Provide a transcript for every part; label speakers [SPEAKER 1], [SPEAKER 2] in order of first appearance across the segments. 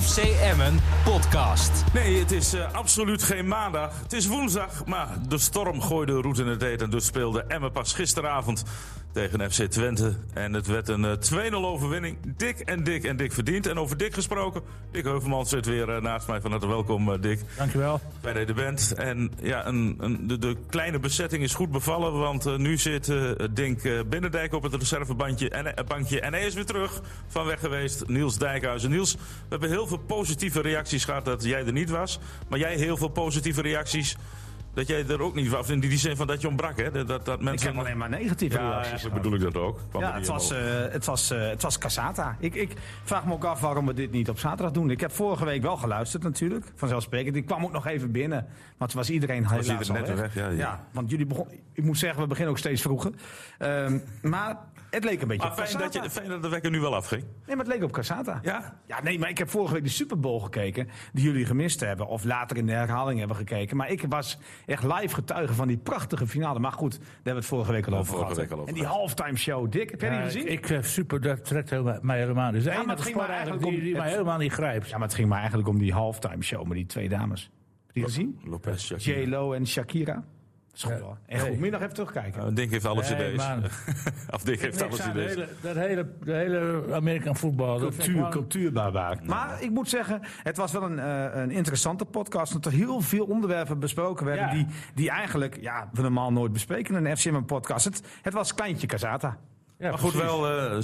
[SPEAKER 1] FC Emmen podcast.
[SPEAKER 2] Nee, het is eh, absoluut geen maandag. Het is woensdag, maar de storm gooide roet in het eten. Dus speelde Emmen pas gisteravond tegen FC Twente. En het werd een eh, 2-0 overwinning. Dik en dik en dik verdiend. En over Dick gesproken. Dick Heuvelman zit weer eh, naast mij. Van harte welkom, eh, Dick.
[SPEAKER 3] Dankjewel.
[SPEAKER 2] Bij de band. En ja, een, een, de, de kleine bezetting is goed bevallen. Want eh, nu zit eh, Dink eh, Binnendijk op het reservebandje en, eh, bankje. En hij is weer terug van weg geweest. Niels Dijkhuizen. Niels, we hebben heel veel positieve reacties gehad dat jij er niet was. Maar jij heel veel positieve reacties dat jij er ook niet was. In die zin van dat je ontbrak, hè? Dat, dat, dat
[SPEAKER 3] Ik
[SPEAKER 2] mensen...
[SPEAKER 3] heb alleen maar negatieve
[SPEAKER 2] ja,
[SPEAKER 3] reacties.
[SPEAKER 2] eigenlijk bedoel ik dat ook. Kwam er
[SPEAKER 3] Ja,
[SPEAKER 2] niet
[SPEAKER 3] het was,
[SPEAKER 2] omhoog.
[SPEAKER 3] eh, het, was, eh, het was Casata. Ik, ik vraag me ook af waarom we dit niet op zaterdag doen. Ik heb vorige week wel geluisterd natuurlijk, vanzelfsprekend. Ik kwam ook nog even binnen, want toen was iedereen helaas
[SPEAKER 2] iedereen
[SPEAKER 3] al
[SPEAKER 2] net weg,
[SPEAKER 3] weg.
[SPEAKER 2] ja, ja.
[SPEAKER 3] want jullie begon, ik moet zeggen, we beginnen ook steeds vroeger. Ehm, maar het leek een beetje
[SPEAKER 2] maar
[SPEAKER 3] op
[SPEAKER 2] Ah, fijn dat,
[SPEAKER 3] Casata.
[SPEAKER 2] je, fijn dat de wekker nu wel afging.
[SPEAKER 3] Nee, maar het leek op Casata.
[SPEAKER 2] Ja?
[SPEAKER 3] Ja, nee, maar ik heb vorige week de Super Bowl gekeken. Die jullie gemist hebben. Of later in de herhaling hebben gekeken. Maar ik was echt live getuige van die prachtige finale. Maar goed, daar hebben we het vorige week al over
[SPEAKER 2] vorige
[SPEAKER 3] gehad.
[SPEAKER 2] week al over
[SPEAKER 3] en die halftime show, Dick, heb jij die
[SPEAKER 4] Ja,
[SPEAKER 3] gezien?
[SPEAKER 4] Eh, Ik, ik, super, dat trekt helemaal, mij helemaal niet. Dus
[SPEAKER 3] maar
[SPEAKER 4] ja,
[SPEAKER 3] het
[SPEAKER 4] maar
[SPEAKER 3] ging maar
[SPEAKER 4] eigenlijk
[SPEAKER 3] eigenlijk
[SPEAKER 4] die,
[SPEAKER 3] om
[SPEAKER 4] die mij
[SPEAKER 3] het-
[SPEAKER 4] helemaal niet grijpt.
[SPEAKER 3] Ja, maar het ging maar eigenlijk om die halftime show met die twee dames. Heb je die gezien?
[SPEAKER 2] Lopez, Shakira.
[SPEAKER 3] J-Lo en Shakira. Schoon, en goed, moet je nog even terugkijken.
[SPEAKER 2] Nou, Dink heeft alle
[SPEAKER 4] Nee,
[SPEAKER 2] cd's.
[SPEAKER 4] man.
[SPEAKER 2] of Dink heeft alle
[SPEAKER 4] Niks aan de
[SPEAKER 2] cd's.
[SPEAKER 4] hele, dat hele, de hele Amerikaan voetbal. dat vind ik
[SPEAKER 3] Cultuur,
[SPEAKER 4] gewoon-
[SPEAKER 3] cultuurbarbaar. Maar ik moet zeggen, het was wel een, eh, een interessante podcast. Omdat er heel veel onderwerpen besproken werden.
[SPEAKER 4] Ja.
[SPEAKER 3] Die, die eigenlijk ja, we normaal nooit bespreken in een FCM podcast. Het, het was kleintje Casata.
[SPEAKER 4] Ja,
[SPEAKER 2] Maar goed,
[SPEAKER 4] precies.
[SPEAKER 2] wel eh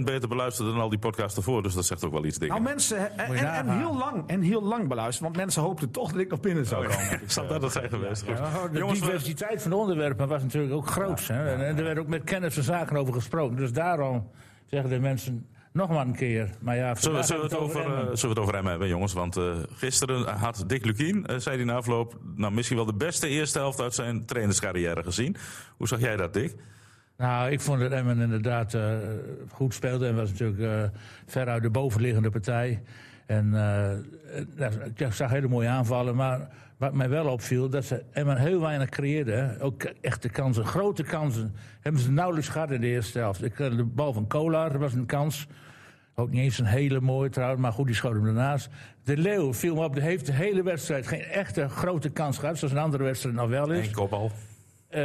[SPEAKER 2] 6% beter beluisterd dan al die podcasts ervoor. Dus dat zegt ook wel iets dingen.
[SPEAKER 3] Nou, mensen, hè, en, en, en
[SPEAKER 4] nagaan.
[SPEAKER 3] heel lang, en heel lang beluisterd. Want mensen hoopten toch dat ik nog binnen
[SPEAKER 2] Oh,
[SPEAKER 3] zou komen.
[SPEAKER 2] Zou dat het zijn geweest? Goed.
[SPEAKER 4] Ja, oh, de
[SPEAKER 2] Jongens, we-
[SPEAKER 4] diversiteit van de onderwerpen was natuurlijk ook groot. hè. En, en er werd ook met kennis en zaken over gesproken. Dus daarom zeggen de mensen nog maar een keer. Maar ja,
[SPEAKER 2] zullen, we-
[SPEAKER 4] vandaag
[SPEAKER 2] zullen we het
[SPEAKER 4] hebben
[SPEAKER 2] over, eh,
[SPEAKER 4] Emmen.
[SPEAKER 2] zullen we het over Emmen hebben, jongens? Want eh, gisteren had Dick Lukien, eh, zei hij na afloop... Nou, misschien wel de beste eerste helft uit zijn trainerscarrière gezien. Hoe zag jij dat, Dick?
[SPEAKER 4] Nou, ik vond dat Emmen inderdaad eh, goed speelde. En was natuurlijk eh, veruit de bovenliggende partij. En eh, eh, ik zag hele mooie aanvallen. Maar wat mij wel opviel, dat ze Emmen heel weinig creëerde. hè. Ook echte kansen, grote kansen. Hebben ze nauwelijks gehad in de eerste helft. Ik, eh, de bal van Kolar, dat was een kans. Ook niet eens een hele mooie trouwens, maar goed, die schoot hem ernaast. De Leeuw viel me op, die heeft de hele wedstrijd geen echte grote kans gehad. Zoals een andere wedstrijd nog wel is.
[SPEAKER 2] Eén kopbal.
[SPEAKER 4] Eh,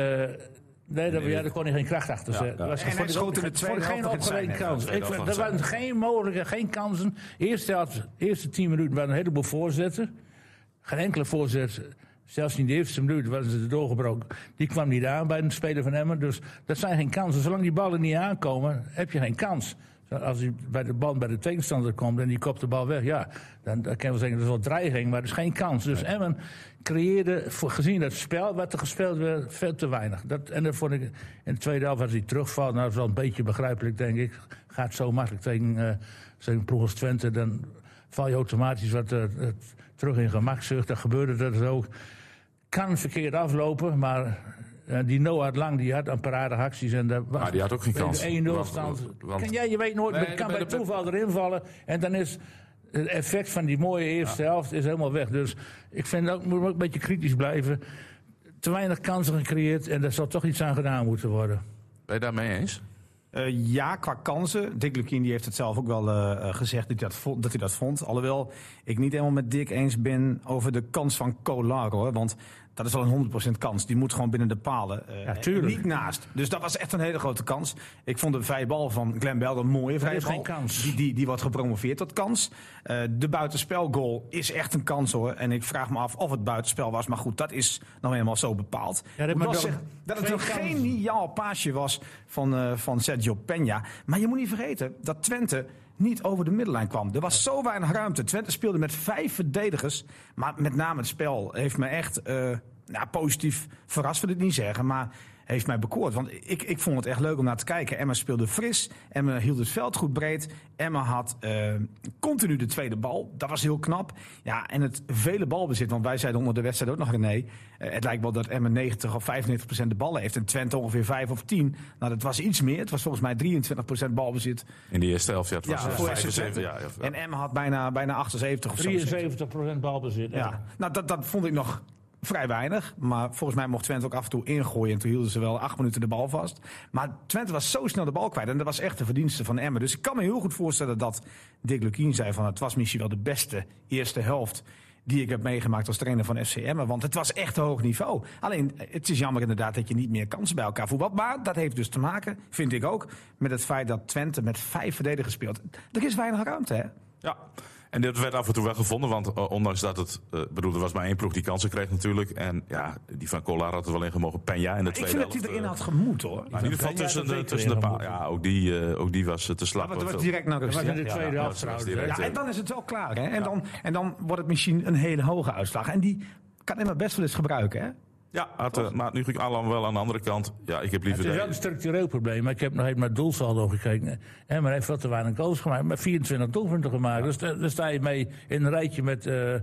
[SPEAKER 4] nee, daar, ja, daar kon hij geen kracht achter zetten. Dat was
[SPEAKER 3] En hij
[SPEAKER 4] vond ik
[SPEAKER 3] schoot
[SPEAKER 4] ook-
[SPEAKER 3] in de
[SPEAKER 4] vond ik
[SPEAKER 3] tweede helft
[SPEAKER 4] geen
[SPEAKER 3] nog het
[SPEAKER 4] opgereden
[SPEAKER 3] zijn, hè?
[SPEAKER 4] kans.
[SPEAKER 2] tweede
[SPEAKER 4] Ik vond-
[SPEAKER 2] helft
[SPEAKER 4] Er
[SPEAKER 2] nog
[SPEAKER 4] waren geen mogelijke, geen kansen. Eerste, helft, eerste tien minuten waren een heleboel voorzetten. Geen enkele voorzet. Zelfs in de eerste minuut waren ze er doorgebroken. Die kwam niet aan bij een speler van Emmen. Dus dat zijn geen kansen. Zolang die ballen niet aankomen, heb je geen kans. Als hij bij de bal bij de tegenstander komt en die kopt de bal weg, ja, dan, dan kan je wel zeggen dat is wel dreiging, maar dat is geen kans. Dus Emmen creëerde, voor, gezien dat spel wat er gespeeld werd, veel te weinig. Dat, en dan vond ik in de tweede helft, als hij terugvalt, nou, dat is wel een beetje begrijpelijk, denk ik. Gaat zo makkelijk tegen, eh tegen ploeg als Twente, dan val je automatisch wat eh, eh, terug in gemakzucht. Dat gebeurde dat dus ook. Kan verkeerd aflopen, maar eh, die Noah Lang die had een parade acties. En dat was
[SPEAKER 2] Maar die had ook geen
[SPEAKER 4] bij de
[SPEAKER 2] kans.
[SPEAKER 4] 1-0
[SPEAKER 2] Want-
[SPEAKER 4] stand.
[SPEAKER 2] want-
[SPEAKER 4] Kan jij, je weet nooit,
[SPEAKER 5] Nee,
[SPEAKER 4] het kan
[SPEAKER 5] bij
[SPEAKER 4] bij
[SPEAKER 5] de-
[SPEAKER 4] toeval erin vallen. En dan is het effect van die mooie eerste helft is helemaal weg. Dus ik vind dat moet ook een beetje kritisch blijven. Te weinig kansen gecreëerd en daar zal toch iets aan gedaan moeten worden.
[SPEAKER 2] Ben je daarmee eens?
[SPEAKER 3] Eh, ja, qua kansen. Dick Lukien die heeft het zelf ook wel eh, eh, gezegd dat hij, dat, vo- dat hij dat vond. Alhoewel ik niet helemaal met Dick eens ben over de kans van Kolar. Hoor, want dat is wel een 100% kans. Die moet gewoon binnen de palen. eh,
[SPEAKER 4] Ja, tuurlijk.
[SPEAKER 3] Niet naast. Dus dat was echt een hele grote kans. Ik vond de vrije bal van Glenn Bell een mooie vrije
[SPEAKER 4] is
[SPEAKER 3] bal.
[SPEAKER 4] geen kans.
[SPEAKER 3] Die, die, die wordt gepromoveerd tot kans. Eh, de buitenspelgoal is echt een kans hoor. En ik vraag me af of het buitenspel was. Maar goed, dat is nou helemaal zo bepaald.
[SPEAKER 4] Ja, dat-
[SPEAKER 3] Moet
[SPEAKER 4] maar
[SPEAKER 3] wel
[SPEAKER 4] dan-
[SPEAKER 3] zeggen dat het
[SPEAKER 4] twee
[SPEAKER 3] een
[SPEAKER 4] kansen.
[SPEAKER 3] geniaal geniaal paasje was van, eh, van Sergio Peña. Maar je moet niet vergeten dat Twente niet over de middenlijn kwam. Er was zo weinig ruimte. Twente speelde met vijf verdedigers. Maar met name het spel heeft me echt eh, nou, positief verrast, wil ik niet zeggen. Maar heeft mij bekoord. Want ik, ik vond het echt leuk om naar te kijken. Emma speelde fris. Emma hield het veld goed breed. Emma had eh, continu de tweede bal. Dat was heel knap. Ja, en het vele balbezit. Want wij zeiden onder de wedstrijd ook nog, René... eh, het lijkt wel dat Emma 90 of 95 procent de ballen heeft. En Twente ongeveer 5 of 10. Nou, dat was iets meer. Het was volgens mij 23 procent balbezit.
[SPEAKER 2] In de eerste helft, ja, het was
[SPEAKER 3] Ja,
[SPEAKER 2] eh,
[SPEAKER 3] voor
[SPEAKER 2] 75.
[SPEAKER 3] 76.
[SPEAKER 2] Ja, ja.
[SPEAKER 3] En Emma had bijna, bijna 78 of zo.
[SPEAKER 4] 73% balbezit.
[SPEAKER 3] Ja, nou, dat, dat vond ik nog vrij weinig. Maar volgens mij mocht Twente ook af en toe ingooien. En toen hielden ze wel acht minuten de bal vast. Maar Twente was zo snel de bal kwijt. En dat was echt de verdienste van Emmen. Dus ik kan me heel goed voorstellen dat Dick Lukien zei van... het was misschien wel de beste eerste helft die ik heb meegemaakt als trainer van FC Emmen. Want het was echt hoog niveau. Alleen, het is jammer inderdaad dat je niet meer kansen bij elkaar voetbalt. Maar dat heeft dus te maken, vind ik ook, met het feit dat Twente met vijf verdedigers speelt. Er is weinig ruimte, hè?
[SPEAKER 2] Ja. En dat werd af en toe wel gevonden, want eh, ondanks dat het... eh, bedoel, er was maar één ploeg die kansen kreeg natuurlijk. En ja, die van Collar had er wel in gemogen. Penja in de
[SPEAKER 3] Ik
[SPEAKER 2] tweede
[SPEAKER 3] vind dat hij
[SPEAKER 2] helft,
[SPEAKER 3] erin
[SPEAKER 2] eh,
[SPEAKER 3] had gemoet, hoor.
[SPEAKER 2] Maar in ieder geval
[SPEAKER 4] Penja
[SPEAKER 2] tussen
[SPEAKER 4] had
[SPEAKER 2] de,
[SPEAKER 4] er
[SPEAKER 2] tussen de
[SPEAKER 4] zeker in
[SPEAKER 2] paal. Ja, ook die, eh, ook die was eh, te slap.
[SPEAKER 3] Ah, Maar het
[SPEAKER 2] Want,
[SPEAKER 3] wordt
[SPEAKER 2] eh,
[SPEAKER 3] direct naar
[SPEAKER 4] Dat
[SPEAKER 3] rust.
[SPEAKER 4] was in
[SPEAKER 3] Ja,
[SPEAKER 4] de
[SPEAKER 3] ja.
[SPEAKER 4] tweede helft
[SPEAKER 2] dat was
[SPEAKER 4] trouwens.
[SPEAKER 2] direct.
[SPEAKER 4] hè.
[SPEAKER 3] Ja, en dan is het wel klaar. Hè? En, dan, en dan wordt het misschien een hele hoge uitslag. En die kan Emma best wel eens gebruiken. Hè?
[SPEAKER 2] ja, had, eh, maar nu ging Alan wel aan de andere kant. Ja, ik heb liever...
[SPEAKER 4] Het is
[SPEAKER 2] de-
[SPEAKER 4] wel een structureel probleem, maar ik heb nog even naar het doelsaldo gekeken. Hè, maar hij heeft wat te weinig goals gemaakt, maar 24 doelpunten gemaakt. Dus daar daar sta je mee in een rijtje met eh,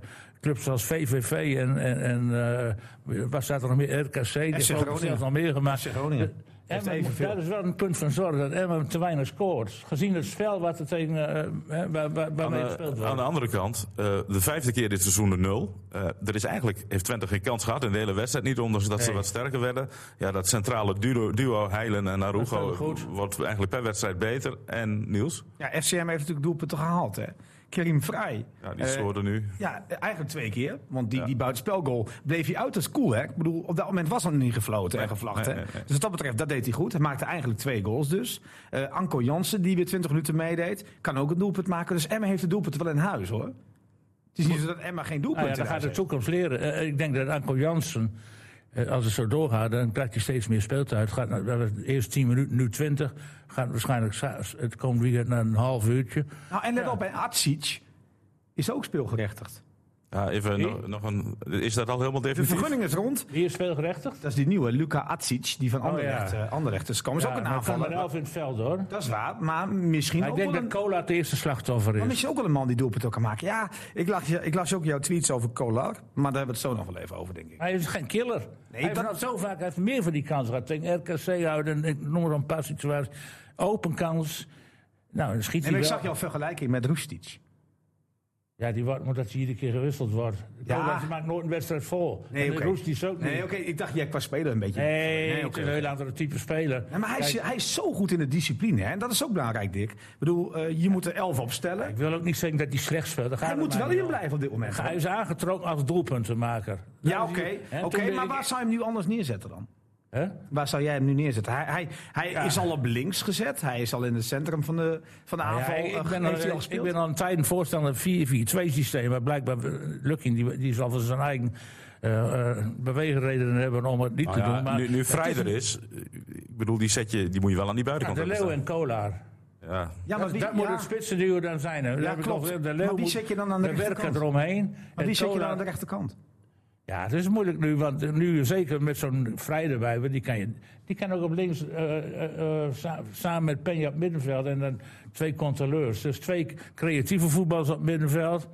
[SPEAKER 4] clubs zoals VVV en, en, en eh, wat staat er nog meer? RKC, die heeft ook
[SPEAKER 3] Groningen.
[SPEAKER 4] zelfs nog meer gemaakt.
[SPEAKER 3] FC Groningen.
[SPEAKER 4] De-
[SPEAKER 3] Heeft
[SPEAKER 4] Emmen, moet-
[SPEAKER 3] evenveel.
[SPEAKER 4] dat is wel een punt van zorg dat Emmen te weinig scoort. Gezien het spel wat er tegen, eh, hè, waar, waar, waarmee
[SPEAKER 2] Aan de-
[SPEAKER 4] gespeeld
[SPEAKER 2] Aan
[SPEAKER 4] wordt.
[SPEAKER 2] de andere kant, eh, de vijfde keer dit seizoen de nul. Eh, er is eigenlijk, heeft Twente geen kans gehad in de hele wedstrijd. Niet ondanks dat ze
[SPEAKER 4] Nee.
[SPEAKER 2] wat sterker werden. Ja, dat centrale duo, duo Heilen en
[SPEAKER 4] speelde
[SPEAKER 2] Arugo
[SPEAKER 4] goed.
[SPEAKER 2] wordt eigenlijk per wedstrijd beter. En Niels,
[SPEAKER 3] Ja, FCM heeft natuurlijk doelpunten gehaald. Hè? Kerim Vrij.
[SPEAKER 2] ja, die
[SPEAKER 3] Eh,
[SPEAKER 2] scoorde nu.
[SPEAKER 3] Ja, eigenlijk twee keer. Want die, die buitenspelgoal bleef hij uit als cool. Hè? Ik bedoel, op dat moment was er nog niet gefloten en gevlacht.
[SPEAKER 2] nee,
[SPEAKER 3] Hè?
[SPEAKER 2] nee, nee.
[SPEAKER 3] Dus wat dat betreft, dat deed hij goed. Hij maakte eigenlijk twee goals dus. Eh, Anko Jansen, die weer 20 minuten meedeed, kan ook een doelpunt maken. Dus Emma heeft de doelpunt wel in huis hoor. Het is niet zo dat Emma geen
[SPEAKER 4] Nou
[SPEAKER 3] doelpunten
[SPEAKER 4] ja, dat
[SPEAKER 3] in
[SPEAKER 4] gaat
[SPEAKER 3] huis
[SPEAKER 4] de
[SPEAKER 3] heeft.
[SPEAKER 4] toekomst leren. Eh, ik denk dat Anko Jansen, eh, als het zo doorgaat, dan krijgt hij steeds meer speeltijd. Gaat naar, dat was eerst 10 minuten, nu 20. Gaat waarschijnlijk za- het komende weekend naar een half uurtje.
[SPEAKER 3] Nou, en let op, en Atsic is ook speelgerechtigd.
[SPEAKER 2] Ja, even
[SPEAKER 4] Wie?
[SPEAKER 2] nog, nog een, is dat al helemaal
[SPEAKER 3] De
[SPEAKER 2] definitief?
[SPEAKER 3] vergunning is rond.
[SPEAKER 4] Wie is speelgerechtigd?
[SPEAKER 3] Dat is die nieuwe, Luca Atsic, die van Anderlecht,
[SPEAKER 4] ja.
[SPEAKER 3] eh, Anderlecht is gekomen. Is ook een aanvaller.
[SPEAKER 4] elf in het veld hoor.
[SPEAKER 3] Dat is waar, maar misschien
[SPEAKER 4] Maar ik
[SPEAKER 3] ook
[SPEAKER 4] denk
[SPEAKER 3] wel
[SPEAKER 4] dat
[SPEAKER 3] een...
[SPEAKER 4] Cola het eerste slachtoffer
[SPEAKER 3] Maar
[SPEAKER 4] is.
[SPEAKER 3] misschien ook wel een man die doelpunten kan maken. Ja, ik las, je- ik las ook jouw tweets over Kolar. Maar daar hebben we het zo nog wel even over, denk ik.
[SPEAKER 4] Hij is geen killer. hij heeft
[SPEAKER 3] dat-
[SPEAKER 4] nog zo vaak hij heeft meer van die kansen gehad. Tegen RKC houden, ik noem maar een paar situaties. Open kans. Nou, dan schiet
[SPEAKER 3] En
[SPEAKER 4] hij
[SPEAKER 3] ik
[SPEAKER 4] wel.
[SPEAKER 3] zag jouw vergelijking met Roestic.
[SPEAKER 4] Ja, die wordt, omdat hij iedere keer gewisseld wordt.
[SPEAKER 3] Ja.
[SPEAKER 4] Cola die maakt nooit een wedstrijd vol.
[SPEAKER 3] Nee,
[SPEAKER 4] en
[SPEAKER 3] oké.
[SPEAKER 4] Roest is ook niet.
[SPEAKER 3] Nee, oké, ik dacht, jij qua speler een beetje.
[SPEAKER 4] Nee,
[SPEAKER 3] Nee,
[SPEAKER 4] het
[SPEAKER 3] oké.
[SPEAKER 4] is een heel andere type speler.
[SPEAKER 3] Ja, maar hij is,
[SPEAKER 4] Kijk,
[SPEAKER 3] hij is zo goed in de discipline. Hè? En dat is ook belangrijk, Dick. Ik bedoel, eh, je moet er elf opstellen.
[SPEAKER 4] Ik wil ook niet zeggen dat hij slecht speelt. Daar gaat
[SPEAKER 3] Hij
[SPEAKER 4] het
[SPEAKER 3] moet
[SPEAKER 4] mij
[SPEAKER 3] wel
[SPEAKER 4] niet
[SPEAKER 3] in
[SPEAKER 4] om.
[SPEAKER 3] blijven op dit moment.
[SPEAKER 4] Hij is aangetrokken als doelpuntenmaker.
[SPEAKER 3] Ja,
[SPEAKER 4] Dat is
[SPEAKER 3] oké.
[SPEAKER 4] hij.
[SPEAKER 3] Oké,
[SPEAKER 4] En toen
[SPEAKER 3] maar
[SPEAKER 4] ik-
[SPEAKER 3] waar zou je hem nu anders neerzetten dan?
[SPEAKER 4] Hè?
[SPEAKER 3] Waar zou jij hem nu neerzetten? Hij, hij, hij is al op links gezet. Hij is al in het centrum van de, van de
[SPEAKER 4] Ja,
[SPEAKER 3] aanval.
[SPEAKER 4] ik,
[SPEAKER 3] eh,
[SPEAKER 4] ben
[SPEAKER 3] heeft hij al
[SPEAKER 4] al, ik
[SPEAKER 3] gespeeld.
[SPEAKER 4] ben al een tijd een voorstander van 4-4-2 systeem. Maar blijkbaar, eh, Lukking die, die zal van zijn eigen eh eh, beweegredenen hebben om het niet
[SPEAKER 2] Nou
[SPEAKER 4] te
[SPEAKER 2] ja,
[SPEAKER 4] doen. Maar
[SPEAKER 2] nu, nu Vrijder is, eh, ik bedoel, die, zet je, die moet je wel aan die
[SPEAKER 4] Ja,
[SPEAKER 2] buitenkant
[SPEAKER 4] de Leeuw
[SPEAKER 2] hebben
[SPEAKER 4] en Kolaar.
[SPEAKER 2] staan. Ja.
[SPEAKER 3] ja, maar
[SPEAKER 4] Dat,
[SPEAKER 3] wie,
[SPEAKER 4] dat moet
[SPEAKER 3] ja,
[SPEAKER 4] het spitsenduo dan zijn. hè. Dan
[SPEAKER 3] Ja,
[SPEAKER 4] heb ik
[SPEAKER 3] klopt.
[SPEAKER 4] nog- de
[SPEAKER 3] Maar
[SPEAKER 4] Leeuw
[SPEAKER 3] wie
[SPEAKER 4] moet-
[SPEAKER 3] zet je dan aan de
[SPEAKER 4] werken
[SPEAKER 3] rechterkant?
[SPEAKER 4] eromheen.
[SPEAKER 3] maar wie
[SPEAKER 4] En
[SPEAKER 3] zet je dan
[SPEAKER 4] Kolar-
[SPEAKER 3] aan de rechterkant?
[SPEAKER 4] Ja, het is moeilijk nu, want nu zeker met zo'n Vrij erbij, want die kan, je, die kan ook op links eh, eh, eh, sa- samen met Penja op middenveld en dan twee controleurs. Dus twee creatieve voetballers op middenveld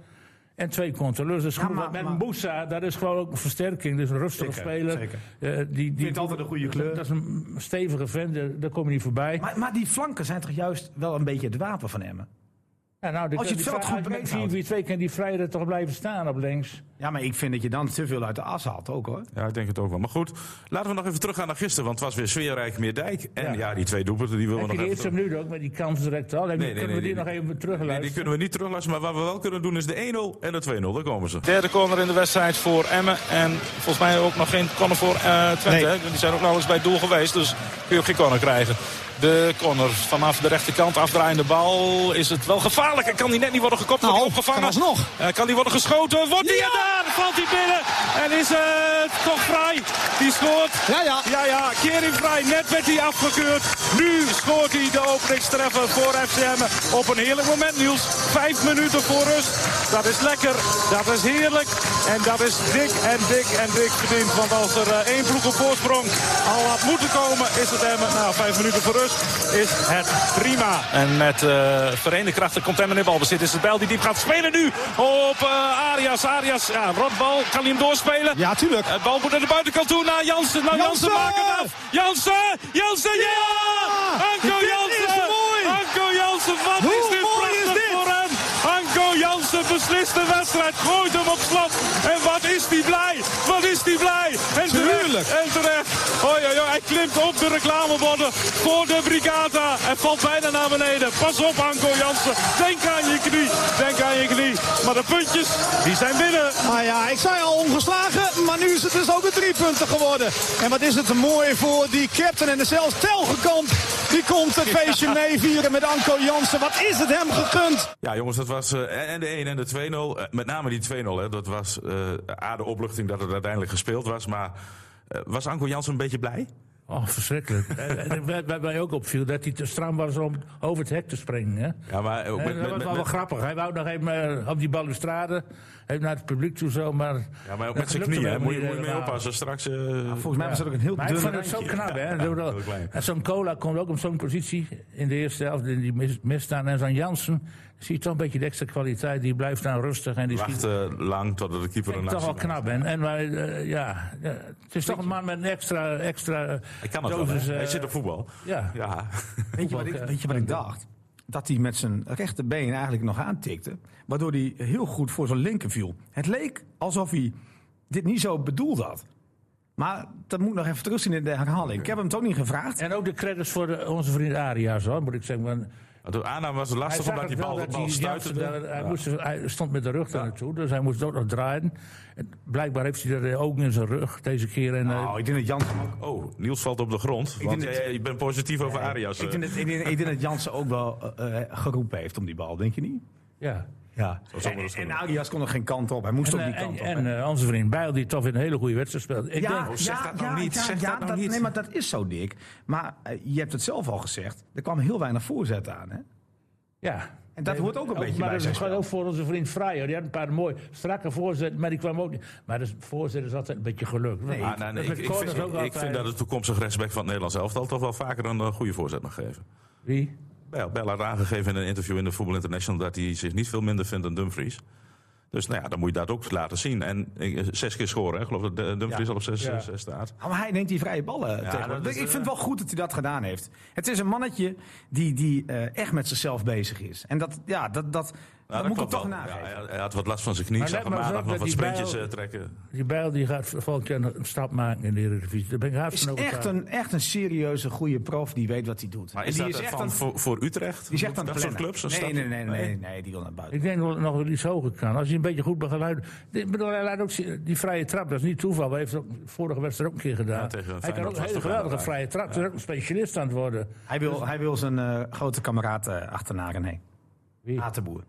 [SPEAKER 4] en twee controleurs. Dus gewoon
[SPEAKER 3] maar-
[SPEAKER 4] wat met
[SPEAKER 3] maar-
[SPEAKER 4] Moussa, dat is gewoon ook een versterking. Dus een rustige
[SPEAKER 3] Zeker,
[SPEAKER 4] speler.
[SPEAKER 3] zeker.
[SPEAKER 4] Eh, die, die
[SPEAKER 3] Vindt altijd een goede kleur.
[SPEAKER 4] Dat is een stevige vent, daar- daar kom je niet voorbij.
[SPEAKER 3] Maar, maar die flanken zijn toch juist wel een beetje het wapen van Emmen?
[SPEAKER 4] Ja, nou, die-
[SPEAKER 3] als je het
[SPEAKER 4] die-
[SPEAKER 3] veld goed
[SPEAKER 4] als met
[SPEAKER 3] breed
[SPEAKER 4] 4-4-2 kan die Vrij er toch blijven staan op links.
[SPEAKER 3] Ja, maar ik vind dat je dan te veel uit de as haalt ook hoor.
[SPEAKER 2] Ja, ik denk het ook wel. Maar goed, laten we nog even teruggaan naar gisteren. Want het was weer sfeerrijk Meerdijk. En ja,
[SPEAKER 4] Ja.
[SPEAKER 2] die twee doelpunten die willen
[SPEAKER 4] Heb
[SPEAKER 2] we
[SPEAKER 4] je
[SPEAKER 2] nog
[SPEAKER 4] die
[SPEAKER 2] even...
[SPEAKER 4] eerste
[SPEAKER 2] terug-
[SPEAKER 4] minuut ook met die kans direct al?
[SPEAKER 2] nee,
[SPEAKER 4] kunnen we
[SPEAKER 2] nee, nee.
[SPEAKER 4] die nog even
[SPEAKER 2] Nee, die
[SPEAKER 4] terugluisteren?
[SPEAKER 2] kunnen we niet terugluisteren. Maar wat we wel kunnen doen is de 1-0 en de 2-0. Daar komen ze.
[SPEAKER 5] Derde corner in de wedstrijd voor Emmen. En volgens mij ook nog geen corner voor eh, Twente. hè? Die zijn ook nauwelijks bij het doel geweest. Dus kun je ook geen corner krijgen. De corner vanaf de rechterkant afdraaiende bal. Is het wel gevaarlijk? En kan die net niet worden gekopt? wordt die opgevangen?
[SPEAKER 6] Nou, kan alsnog.
[SPEAKER 5] Eh, kan die worden geschoten? Wordt die gedaan? Valt die binnen? En is het toch vrij? Die scoort.
[SPEAKER 6] Ja, ja.
[SPEAKER 5] Ja, ja, Kerim Vrij, net werd hij afgekeurd. Nu scoort hij de openingstreffer voor FCM. Op een heerlijk moment, Niels. Vijf minuten voor rust. Dat is lekker, dat is heerlijk. En dat is dik en dik en dik verdiend. Want als er eh, één ploeg op voorsprong al had moeten komen, is het Emmen. Nou, vijf minuten voor rust is het prima. En met eh verenigde krachten komt Emmen in balbezit. Is het Bijl die diep gaat spelen nu op eh, Arias. Arias, ja, rotbal. Kan hij hem doorspelen?
[SPEAKER 6] Ja, tuurlijk.
[SPEAKER 5] Het bal moet naar de buitenkant toe, naar Jansen. Nou, Jansen,
[SPEAKER 6] Jansen!
[SPEAKER 5] maakt het af. Jansen! Jansen, ja! Anko
[SPEAKER 6] Dit is
[SPEAKER 5] Jansen!
[SPEAKER 6] mooi!
[SPEAKER 5] Anko Jansen, wat
[SPEAKER 6] Hoe
[SPEAKER 5] is dit
[SPEAKER 6] mooi is
[SPEAKER 5] prachtig
[SPEAKER 6] dit?
[SPEAKER 5] voor hem! Anko Jansen beslist de wedstrijd. Gooit hem op slot. En wat is die blij? Wat is die blij? En
[SPEAKER 6] Tuurlijk.
[SPEAKER 5] terecht. En terecht. Oei, oei, oei. Hij klimt op de reclameborden voor de Brigata. En valt bijna naar beneden. Pas op, Anko Jansen. Denk aan je knie. Denk aan je knie. Maar de puntjes, die zijn binnen.
[SPEAKER 6] Nou ja, ik zei al ongeslagen, maar nu is het dus ook een driepunter geworden. En wat is het mooi voor die captain en zelfs Telgekamp. Die komt het feestje meevieren met Anko Jansen. Wat is het hem gegund?
[SPEAKER 2] Ja, jongens, dat was eh, en de 1 en de 2-0. Eh, met name die 2-0, hè, dat was eh A, de opluchting dat het uiteindelijk gespeeld was. Maar eh, was Anko Jansen een beetje blij?
[SPEAKER 4] Oh, verschrikkelijk. Eh, eh, Waar waar mij ook opviel dat hij te stram was om over het hek te springen. Hè?
[SPEAKER 2] Ja, maar ook
[SPEAKER 4] Eh,
[SPEAKER 2] met,
[SPEAKER 4] dat
[SPEAKER 2] met,
[SPEAKER 4] was wel
[SPEAKER 2] met,
[SPEAKER 4] wel grappig. Hij wou nog even eh, op die balustrade, even naar het publiek toe zo, maar...
[SPEAKER 2] ja, maar ook
[SPEAKER 4] dat
[SPEAKER 2] met zijn
[SPEAKER 4] gelukte
[SPEAKER 2] knieën.
[SPEAKER 4] hem
[SPEAKER 2] hè. Moet je,
[SPEAKER 4] niet
[SPEAKER 2] moet je mee
[SPEAKER 4] helemaal.
[SPEAKER 2] oppassen. Straks. eh,
[SPEAKER 3] Volgens mij was dat ook een heel
[SPEAKER 4] Maar ik
[SPEAKER 3] dun
[SPEAKER 4] vond het zo
[SPEAKER 3] randje.
[SPEAKER 4] knap, hè.
[SPEAKER 2] Ja,
[SPEAKER 4] Ik bedoel,
[SPEAKER 2] heel klein.
[SPEAKER 4] en zo'n cola komt ook op zo'n positie in de eerste helft, in die mis- misstaan. En zo'n Jansen, zie je toch een beetje de extra kwaliteit. Die blijft dan rustig en die
[SPEAKER 2] Wacht
[SPEAKER 4] schiet
[SPEAKER 2] eh, lang totdat de keeper een
[SPEAKER 4] toch wel
[SPEAKER 2] actie maakt.
[SPEAKER 4] knap. En, en maar, eh, ja, ja, het is toch een man met een extra... extra
[SPEAKER 2] Hij kan het wel.
[SPEAKER 4] dosis,
[SPEAKER 2] hè.
[SPEAKER 4] eh,
[SPEAKER 2] Hij zit op voetbal.
[SPEAKER 4] ja.
[SPEAKER 2] Ja.
[SPEAKER 3] Weet je, wat ik, weet je wat ik dacht? Dat hij met zijn rechterbeen eigenlijk nog aantikte. Waardoor hij heel goed voor zijn linker viel. Het leek alsof hij dit niet zo bedoeld had. Maar dat moet nog even terugzien in de herhaling. Ik heb hem toch niet gevraagd.
[SPEAKER 4] En ook de credits voor de- onze vriend Arias, hoor, moet ik zeggen. want
[SPEAKER 2] De aanname was lastig
[SPEAKER 4] zag
[SPEAKER 2] omdat die
[SPEAKER 4] het
[SPEAKER 2] bal,
[SPEAKER 4] wel
[SPEAKER 2] de
[SPEAKER 4] dat
[SPEAKER 2] bal
[SPEAKER 4] die
[SPEAKER 2] stuitte.
[SPEAKER 4] Jansen daar- hij, moest, hij stond met de rug daar naartoe, dus hij moest ook nog draaien. En blijkbaar heeft hij er eh, ook in zijn rug deze keer. En, eh,
[SPEAKER 3] Oh, ik denk dat Jansen ook.
[SPEAKER 2] Oh, Niels valt op de grond. Want
[SPEAKER 3] dat-
[SPEAKER 2] jij- je bent positief over Arias.
[SPEAKER 3] Ik
[SPEAKER 2] eh.
[SPEAKER 3] denk dat, ik denk- ik denk dat Jansen ook wel eh, eh, geroepen heeft om die bal, denk je niet?
[SPEAKER 4] ja.
[SPEAKER 3] Ja.
[SPEAKER 2] Dat is
[SPEAKER 3] En,
[SPEAKER 2] allemaal zo.
[SPEAKER 3] en Arias kon er geen kant op. Hij moest
[SPEAKER 4] En,
[SPEAKER 3] ook die
[SPEAKER 4] eh,
[SPEAKER 3] kant op.
[SPEAKER 4] en, en, eh, onze vriend Bijl, die toch weer een hele goede wedstrijd speelt. Ik denk,
[SPEAKER 2] zeg dat nou niet, zeg dat nou niet.
[SPEAKER 3] Nee, maar dat is zo, Dick. Maar eh, je hebt het zelf al gezegd. Er kwam heel weinig voorzet aan, hè?
[SPEAKER 4] ja.
[SPEAKER 3] En dat hoort ook een beetje
[SPEAKER 4] maar
[SPEAKER 3] bij zijn
[SPEAKER 4] dat geldt
[SPEAKER 3] spel.
[SPEAKER 4] ook voor onze vriend Freier. Die had een paar mooi strakke voorzetten, maar die kwam ook niet. Maar de voorzet is altijd een beetje geluk.
[SPEAKER 3] Nee,
[SPEAKER 2] Ah, nou, nee, ik, ik vind, ik vind dat de toekomstig rechtsback van het Nederlands elftal toch wel vaker een eh, goede voorzet mag geven.
[SPEAKER 4] Wie?
[SPEAKER 2] Bijl, Bijl had aangegeven in een interview in de Voetbal International dat hij zich niet veel minder vindt dan Dumfries. Dus nou ja, dan moet je dat ook laten zien. En eh, zes keer scoren. hè. Ik geloof dat eh, Dumfries al op zes,
[SPEAKER 4] Ja.
[SPEAKER 2] zes staat. Nou,
[SPEAKER 3] Ah, Maar hij neemt die vrije ballen tegenwoordig.
[SPEAKER 2] eh,
[SPEAKER 3] ik vind het wel goed dat hij dat gedaan heeft. Het is een mannetje die, die eh, echt met zichzelf bezig is. En dat, ja, dat, dat, dat,
[SPEAKER 2] Nou,
[SPEAKER 3] moet ik
[SPEAKER 2] klopt
[SPEAKER 3] toch
[SPEAKER 2] wel.
[SPEAKER 3] nageven.
[SPEAKER 2] Ja, hij- hij had wat last van zijn knie.
[SPEAKER 4] Maar
[SPEAKER 2] Zag
[SPEAKER 4] let
[SPEAKER 2] hem
[SPEAKER 4] maar eens
[SPEAKER 2] maandag
[SPEAKER 4] op
[SPEAKER 2] nog
[SPEAKER 4] dat
[SPEAKER 2] wat
[SPEAKER 4] die
[SPEAKER 2] sprintjes
[SPEAKER 4] Bijl-
[SPEAKER 2] eh, trekken.
[SPEAKER 4] Die Bijl die gaat volgend jaar een stap maken in de Eredivisie. Daar ben ik hard
[SPEAKER 3] Het
[SPEAKER 4] van
[SPEAKER 3] is
[SPEAKER 4] overtuigd.
[SPEAKER 3] echt een, echt een serieuze, goede prof die weet wat hij doet.
[SPEAKER 2] Maar
[SPEAKER 3] en
[SPEAKER 2] is
[SPEAKER 3] die
[SPEAKER 2] dat eh,
[SPEAKER 3] echt
[SPEAKER 2] van
[SPEAKER 3] aan-
[SPEAKER 2] voor, voor Utrecht?
[SPEAKER 3] die zegt aan het
[SPEAKER 2] dat soort
[SPEAKER 3] plannen.
[SPEAKER 2] clubs? een
[SPEAKER 3] nee,
[SPEAKER 2] stap-
[SPEAKER 3] nee, nee, nee, nee, nee, die wil naar buiten.
[SPEAKER 4] Ik denk dat het nog wel iets hoger kan. Als je een beetje goed begeleid. Ik bedoel, hij laat ook zien- die vrije trap, dat is niet toeval. Hij heeft het ook vorige wedstrijd ook een keer gedaan.
[SPEAKER 2] tegen
[SPEAKER 4] hij kan
[SPEAKER 2] Feyenoord
[SPEAKER 4] ook een
[SPEAKER 2] was
[SPEAKER 4] hele
[SPEAKER 2] het
[SPEAKER 4] geweldige
[SPEAKER 2] wel,
[SPEAKER 4] vrije trap. Hij is ook een specialist aan het worden.
[SPEAKER 3] Hij wil, hij wil zijn eh, grote kameraad eh, achterna, René.
[SPEAKER 4] Wie?
[SPEAKER 3] Atenboer.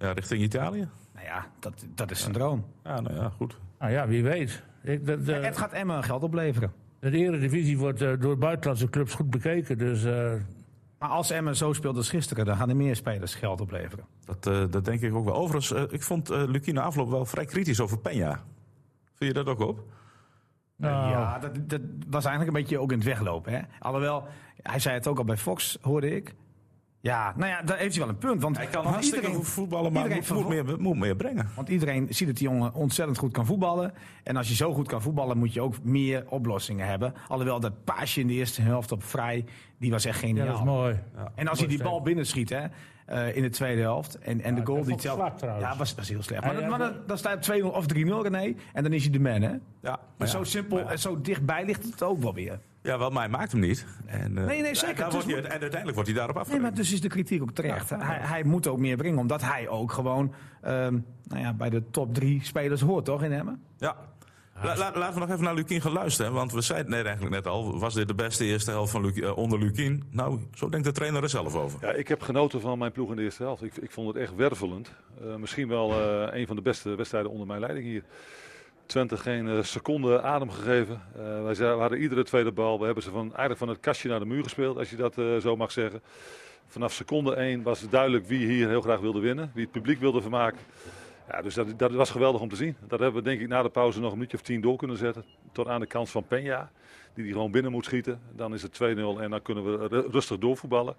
[SPEAKER 2] Ja, richting Italië?
[SPEAKER 3] Nou ja, dat, dat is zijn droom.
[SPEAKER 2] Ja, nou ja, goed.
[SPEAKER 4] Nou ja, wie weet. Ik, dat, eh,
[SPEAKER 3] Het gaat Emmen geld opleveren.
[SPEAKER 4] de Eredivisie wordt eh, door buitenlandse clubs goed bekeken. Dus eh,
[SPEAKER 3] Maar als Emmen zo speelt als gisteren, dan gaan er meer spelers geld opleveren.
[SPEAKER 2] Dat, eh, dat denk ik ook wel. Overigens, eh, ik vond eh Lucie na afloop wel vrij kritisch over Peña. Vind je dat ook op?
[SPEAKER 4] nou,
[SPEAKER 3] Ja, dat, dat was eigenlijk een beetje ook in het weglopen. Hè? Alhoewel, hij zei het ook al bij Fox, hoorde ik. Ja, nou ja, daar heeft hij wel een punt. Want,
[SPEAKER 2] Hij kan
[SPEAKER 3] want
[SPEAKER 2] hartstikke
[SPEAKER 3] iedereen-
[SPEAKER 2] goed voetballen, maar
[SPEAKER 3] iedereen
[SPEAKER 2] moet, moet,
[SPEAKER 3] vervo-
[SPEAKER 2] meer, moet meer brengen.
[SPEAKER 3] Want iedereen ziet dat die jongen ontzettend goed kan voetballen. En als je zo goed kan voetballen, moet je ook meer oplossingen hebben. Alhoewel dat paasje in de eerste helft op vrij, die was echt
[SPEAKER 4] ja,
[SPEAKER 3] geniaal.
[SPEAKER 4] dat is mooi.
[SPEAKER 3] En als hij die bal binnenschiet hè, eh, in de tweede helft. En, en de goal
[SPEAKER 4] dat
[SPEAKER 3] die
[SPEAKER 4] vond ik
[SPEAKER 3] telt.
[SPEAKER 4] slap trouwens.
[SPEAKER 3] ja, was, was heel slecht. Maar,
[SPEAKER 4] Hij,
[SPEAKER 3] dat- maar
[SPEAKER 4] eh,
[SPEAKER 3] dat- dan staat het 2-0 of 3-0 René. En dan is hij de man. Hè?
[SPEAKER 2] Ja, maar
[SPEAKER 3] Dus
[SPEAKER 2] ja.
[SPEAKER 3] zo simpel en zo dichtbij ligt het ook wel weer.
[SPEAKER 2] Ja, wel, maar hij maakt hem niet. En, eh,
[SPEAKER 3] nee,
[SPEAKER 2] ja,
[SPEAKER 3] zeker.
[SPEAKER 2] daar
[SPEAKER 3] Dus
[SPEAKER 2] wordt hij-
[SPEAKER 3] moet-
[SPEAKER 2] en uiteindelijk wordt hij daarop
[SPEAKER 3] Nee,
[SPEAKER 2] afgerekend.
[SPEAKER 3] maar dus is de kritiek ook terecht. hè. Hij, hij moet ook meer brengen, omdat hij ook gewoon ehm, nou ja, bij de top drie spelers hoort, toch, in Emmen?
[SPEAKER 2] Ja. La- la- laten we nog even naar Lukien gaan luisteren. hè, Want we zeiden net eigenlijk net al, was dit de beste eerste helft van Luc- eh, onder Lukien? Nou, zo denkt de trainer er zelf over.
[SPEAKER 7] Ja, ik heb genoten van mijn ploeg in de eerste helft. Ik, ik vond het echt wervelend. Eh, misschien wel eh, een van de beste wedstrijden onder mijn leiding hier. Twente geen eh, seconde adem gegeven. Eh, wij, zei- we hadden iedere tweede bal. We hebben ze van, eigenlijk van het kastje naar de muur gespeeld, als je dat eh, zo mag zeggen. Vanaf seconde 1 was het duidelijk wie hier heel graag wilde winnen. Wie het publiek wilde vermaken. Ja, dus dat, dat was geweldig om te zien. Dat hebben we denk ik na de pauze nog een minuutje of tien door kunnen zetten. Tot aan de kans van Peña. Die die gewoon binnen moet schieten. Dan is het 2-0 en dan kunnen we ru- rustig doorvoetballen.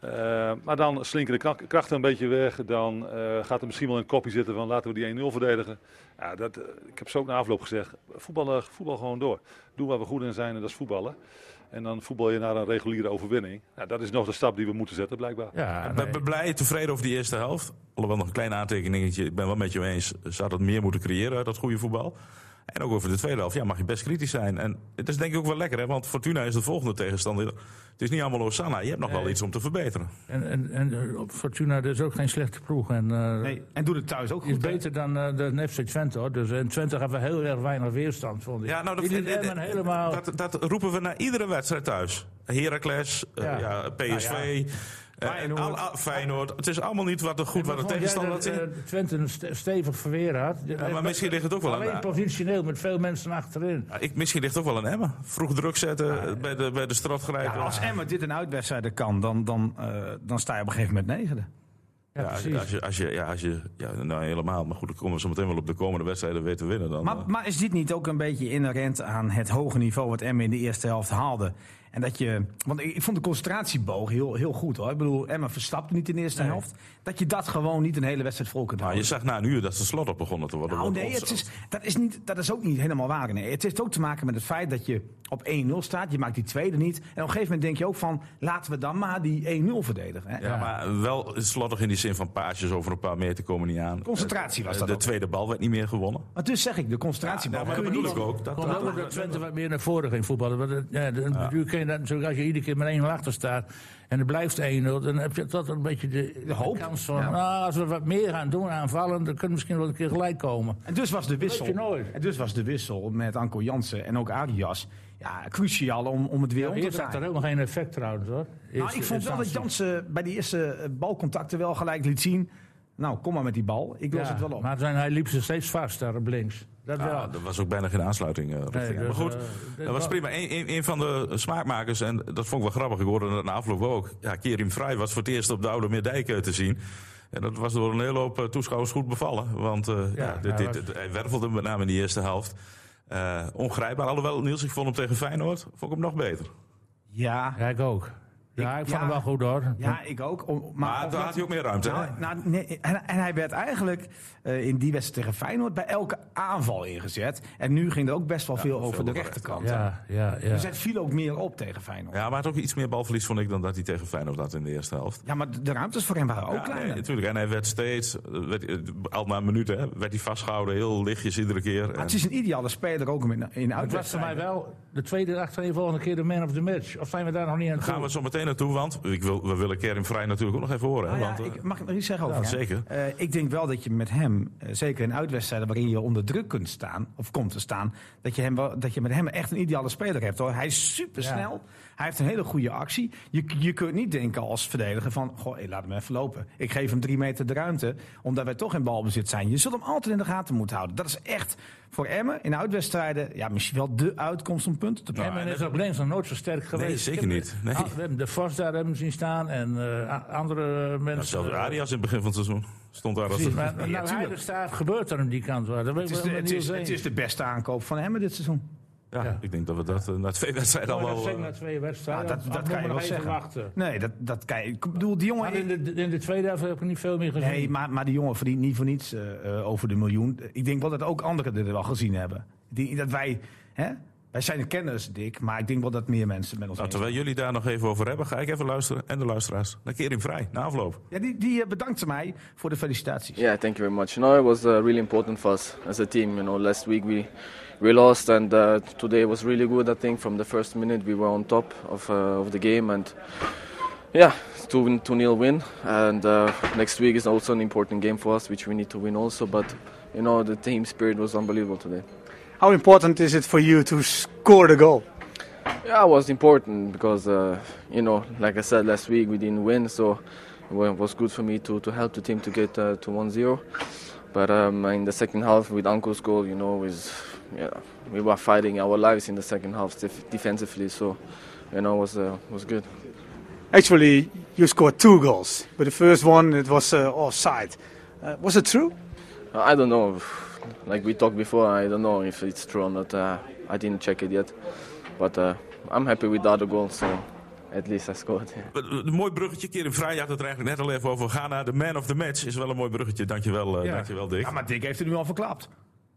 [SPEAKER 7] Eh, maar dan slinken de knak- krachten een beetje weg. Dan eh, gaat er misschien wel een kopje zitten van laten we die 1-0 verdedigen. Ja, dat, eh, ik heb zo ook na afloop gezegd. Voetballen, voetbal gewoon door. Doe waar we goed in zijn en dat is voetballen. En dan voetbal je naar een reguliere overwinning. Nou, dat is nog de stap die we moeten zetten, blijkbaar.
[SPEAKER 4] Ja,
[SPEAKER 2] Ik ben blij tevreden over die eerste helft. Alhoewel nog een klein aantekeningetje. Ik ben wel met je eens. Ze hadden meer moeten creëren uit dat goede voetbal. En ook over de tweede helft. Ja, mag je best kritisch zijn. En het is denk ik ook wel lekker, hè? want Fortuna is de volgende tegenstander. Het is niet allemaal Osana. Je hebt nog wel iets om te verbeteren.
[SPEAKER 4] En, en, en eh, Fortuna is ook geen slechte ploeg. En, eh,
[SPEAKER 3] Nee, en doet het thuis ook
[SPEAKER 4] Is
[SPEAKER 3] goed. hè?
[SPEAKER 4] beter dan eh, de FC Twente hoor. Dus, en Twente gaf wel heel erg weinig weerstand, vond ik.
[SPEAKER 2] Ja, nou,
[SPEAKER 4] Die
[SPEAKER 2] dat,
[SPEAKER 4] liet Emmen helemaal.
[SPEAKER 2] dat, dat roepen we na iedere wedstrijd thuis. Heracles, eh,
[SPEAKER 4] Ja.
[SPEAKER 2] ja. PSV,
[SPEAKER 4] Nou
[SPEAKER 2] eh,
[SPEAKER 3] Feyenoord.
[SPEAKER 2] al- al- Feyenoord. Het is allemaal niet wat er goed wat de
[SPEAKER 4] Vond jij
[SPEAKER 2] tegenstander
[SPEAKER 4] dat,
[SPEAKER 2] had zien.
[SPEAKER 4] eh, Twente een st- stevig verweer had. Eh,
[SPEAKER 2] Ja, maar misschien ligt het ook wel aan
[SPEAKER 4] Alleen positioneel met veel mensen achterin.
[SPEAKER 2] Ja, ik, misschien ligt het ook wel een Emmen. Vroeg druk zetten, eh, bij de, bij de strot grijpen.
[SPEAKER 3] Ja, als Emmer dit in uitwedstrijden kan, dan, dan, eh, dan sta je op een gegeven moment negende.
[SPEAKER 4] Ja,
[SPEAKER 2] Ja, als je,
[SPEAKER 4] precies.
[SPEAKER 2] als je, als je, ja, als je, ja, nou helemaal. Maar goed, dan komen we zo meteen wel op de komende wedstrijden weer te winnen. Dan, eh.
[SPEAKER 3] Maar, maar is dit niet ook een beetje inherent aan het hoge niveau wat Emmen in de eerste helft haalde? En dat je, want ik, ik vond de concentratieboog heel, heel goed hoor. Ik bedoel, Emmen verstapte niet in de eerste helft. Dat je dat gewoon niet een hele wedstrijd vol kunt
[SPEAKER 2] Nou, je
[SPEAKER 3] houden.
[SPEAKER 2] zag na een uur dat ze slot op begonnen te worden.
[SPEAKER 3] Nou,
[SPEAKER 2] Want
[SPEAKER 3] nee,
[SPEAKER 2] ons-
[SPEAKER 3] het is, dat, is niet, dat is ook niet helemaal waar. Nee. Het heeft ook te maken met het feit dat je op 1-0 staat. Je maakt die tweede niet. En op een gegeven moment denk je ook van, laten we dan maar die 1-0 verdedigen. hè.
[SPEAKER 2] Ja, maar wel slottig in die zin van paasjes over een paar meter komen niet aan.
[SPEAKER 3] Concentratie was dat
[SPEAKER 2] De
[SPEAKER 3] ook.
[SPEAKER 2] tweede bal werd niet meer gewonnen.
[SPEAKER 3] Maar dus zeg ik, de concentratieboog
[SPEAKER 2] nou, maar
[SPEAKER 3] kun je
[SPEAKER 2] dat
[SPEAKER 3] niet...
[SPEAKER 2] bedoel ik ook. Dat,
[SPEAKER 4] Komt
[SPEAKER 2] dat-
[SPEAKER 4] ook dat Twente wat meer naar voren ging voetballen. Want, eh, ja, dan- natuurlijk kun je dat natuurlijk als je iedere keer met 1 achter staat en het blijft 1-0, dan heb je toch een beetje de,
[SPEAKER 3] hoop.
[SPEAKER 4] kans van,
[SPEAKER 3] Ja.
[SPEAKER 4] nou, als we wat meer gaan doen aanvallen, dan kunnen we misschien wel een keer gelijk komen.
[SPEAKER 3] En dus was de wissel.
[SPEAKER 4] weet je nooit.
[SPEAKER 3] En dus was de wissel met Anko Jansen en ook Arias. Ja, cruciaal om, om het weer om te
[SPEAKER 4] Eerst had dat
[SPEAKER 3] draaien.
[SPEAKER 4] helemaal geen effect trouwens hoor.
[SPEAKER 3] Nou, ik vond wel dat Jansen bij die eerste eh, balcontacten wel gelijk liet zien. Nou, kom maar met die bal. Ik los
[SPEAKER 4] Ja,
[SPEAKER 3] het wel op.
[SPEAKER 4] Maar zijn, hij liep ze steeds vast daar op links. Dat wel.
[SPEAKER 2] Ah, er was ook bijna geen aansluiting. eh, richting.
[SPEAKER 4] dus,
[SPEAKER 2] maar goed,
[SPEAKER 4] eh, dit
[SPEAKER 2] dat was
[SPEAKER 4] wa-
[SPEAKER 2] prima. Eén een, een van de smaakmakers, en dat vond ik wel grappig, ik hoorde dat na afloop ook. Ja, Kerim Vrij was voor het eerst op de Oude Meerdijk eh, te zien. En dat was door een hele hoop eh, toeschouwers goed bevallen. Want eh, ja, dit,
[SPEAKER 4] hij
[SPEAKER 2] dit,
[SPEAKER 4] was-
[SPEAKER 2] dit- hij wervelde met name in de eerste helft. Eh, ongrijpbaar. Alhoewel, Niels, ik vond hem tegen Feyenoord vond ik hem nog beter.
[SPEAKER 3] Ja,
[SPEAKER 4] Ja, ik ook. Ja,
[SPEAKER 3] Ik-
[SPEAKER 4] ik, vond hem
[SPEAKER 3] ja.
[SPEAKER 4] wel goed hoor.
[SPEAKER 3] ja, ik ook. Om- maar
[SPEAKER 2] Maar,
[SPEAKER 3] of
[SPEAKER 2] daar
[SPEAKER 3] dat-
[SPEAKER 2] had hij ook meer ruimte. hè?
[SPEAKER 3] Nou, nou, nee, en, en hij werd eigenlijk eh, in die wedstrijd tegen Feyenoord bij elke aanval ingezet. En nu ging er ook best wel veel over
[SPEAKER 2] veel
[SPEAKER 3] de
[SPEAKER 2] op de
[SPEAKER 3] rechterkant.
[SPEAKER 4] Ja, ja, ja.
[SPEAKER 3] Dus het viel ook meer op tegen Feyenoord. Ja,
[SPEAKER 2] Ja, maar het had ook iets meer balverlies vond ik dan dat hij tegen Feyenoord had in de eerste helft.
[SPEAKER 3] maar de- de ruimtes voor hem waren ook
[SPEAKER 2] Ja,
[SPEAKER 3] kleiner.
[SPEAKER 2] nee, natuurlijk. En hij werd steeds, eh, werd, eh, al na een minuut, hè, werd hij vastgehouden, heel lichtjes iedere keer.
[SPEAKER 3] Maar
[SPEAKER 2] En-
[SPEAKER 3] het is een ideale speler ook om in, in
[SPEAKER 4] Het was voor mij
[SPEAKER 3] uitwedstrijden.
[SPEAKER 4] wel de tweede dag de volgende keer de man of the match. Of zijn we daar nog niet aan toe?
[SPEAKER 2] gaan we zo meteen naartoe, want ik wil, we willen Kerim Vrij natuurlijk ook nog even horen. hè,
[SPEAKER 4] Oh
[SPEAKER 3] Nou ja,
[SPEAKER 2] want, eh,
[SPEAKER 3] ik, mag ik nog iets zeggen over
[SPEAKER 2] ja,
[SPEAKER 3] hem?
[SPEAKER 2] zeker.
[SPEAKER 3] Eh, ik denk wel dat je met hem, eh, zeker in uitwedstrijden waarin je onder druk kunt staan, of komt te staan, dat je, hem wel, dat je met hem echt een ideale speler hebt. Hoor. Hij is supersnel, hij heeft een hele goede actie. Je, je kunt niet denken als verdediger van, goh, hé, laat hem even lopen. Ik geef hem drie meter de ruimte, omdat wij toch in balbezit zijn. Je zult hem altijd in de gaten moeten houden. Dat is echt voor Emmen in uitwedstrijden, ja, misschien wel de uitkomst om punten te pakken.
[SPEAKER 4] Emmen is op links nog nooit zo sterk geweest.
[SPEAKER 2] zeker
[SPEAKER 4] Ik heb-
[SPEAKER 2] niet. Nee.
[SPEAKER 4] Ah, we hebben de Vos daar hebben we zien staan en eh, a- andere
[SPEAKER 2] nou,
[SPEAKER 4] mensen.
[SPEAKER 2] zelfs Arias in het begin van het seizoen stond daar als
[SPEAKER 4] Precies, maar nou,
[SPEAKER 3] Ja,
[SPEAKER 4] hij
[SPEAKER 3] tuurlijk.
[SPEAKER 4] er staat, gebeurt er aan die kant. Waar. Dat weet
[SPEAKER 3] Het
[SPEAKER 4] ik
[SPEAKER 3] is,
[SPEAKER 4] wel
[SPEAKER 3] de,
[SPEAKER 4] met
[SPEAKER 3] het,
[SPEAKER 4] Niels
[SPEAKER 3] is, het
[SPEAKER 4] eens.
[SPEAKER 3] is de beste aankoop van Emmen dit seizoen.
[SPEAKER 2] Ja, Ik denk dat we dat eh, na twee wedstrijden
[SPEAKER 4] Oh,
[SPEAKER 2] allemaal...
[SPEAKER 4] dat is
[SPEAKER 2] eh,
[SPEAKER 4] zeker na twee wedstrijden.
[SPEAKER 3] Ja, Ah, dat-
[SPEAKER 4] Dan
[SPEAKER 3] dat
[SPEAKER 4] moeten
[SPEAKER 3] kan je
[SPEAKER 4] we nog
[SPEAKER 3] wel
[SPEAKER 4] even
[SPEAKER 3] zeggen.
[SPEAKER 4] wachten.
[SPEAKER 3] Nee, dat, dat kan je. Ik bedoel, die
[SPEAKER 4] Maar in
[SPEAKER 3] jongen.
[SPEAKER 4] de, in de tweede helft heb ik niet veel meer gezien.
[SPEAKER 3] Nee, maar, maar die jongen verdient niet voor niets eh, eh, over de miljoen. Ik denk wel dat ook anderen dit wel gezien hebben. Die, dat wij, hè? wij zijn de kenners, Dick, maar ik denk wel dat meer mensen met ons.
[SPEAKER 2] nou,
[SPEAKER 3] eens
[SPEAKER 2] terwijl jullie daar nog even over hebben, ga ik even luisteren. En de luisteraars. Naar Kerim Vrij, na afloop.
[SPEAKER 3] zijn. Ja, die, die eh, bedankt mij voor de felicitaties.
[SPEAKER 8] Yeah, thank you very much. No, it was uh, really important for us as a team. You know, last week we we lost, and uh, today was really good. I think from the first minute we were on top of uh, of the game, and yeah, two two nil win. And uh, next week is also an important game for us, which we need to win also. But you know, the team spirit was unbelievable today.
[SPEAKER 9] How important is it for you to score the goal?
[SPEAKER 8] Yeah, it was important because uh, you know, like I said last week, we didn't win, so it wa- was good for me to, to help the team to get uh, to 1-0. But um, in the second half, with Anko's goal, you know, is yeah, we were fighting our lives in the second half def- defensively, so you know, it was uh, was good.
[SPEAKER 9] Actually, you scored two goals, but the first one it was uh, offside. Uh, was it true?
[SPEAKER 8] I don't know, like we talked before, I don't know if it's true or not. Uh, I didn't check it yet, but uh, I'm happy with the other goal, so at least I scored. yeah.
[SPEAKER 2] Eh, eh, Een mooi bruggetje. Kerim Vrij had het er eigenlijk net al even over. Ga naar de man of the match. Is wel een mooi bruggetje. Dankjewel, eh, dankjewel Dick.
[SPEAKER 3] Ja, maar Dick heeft het nu al verklapt.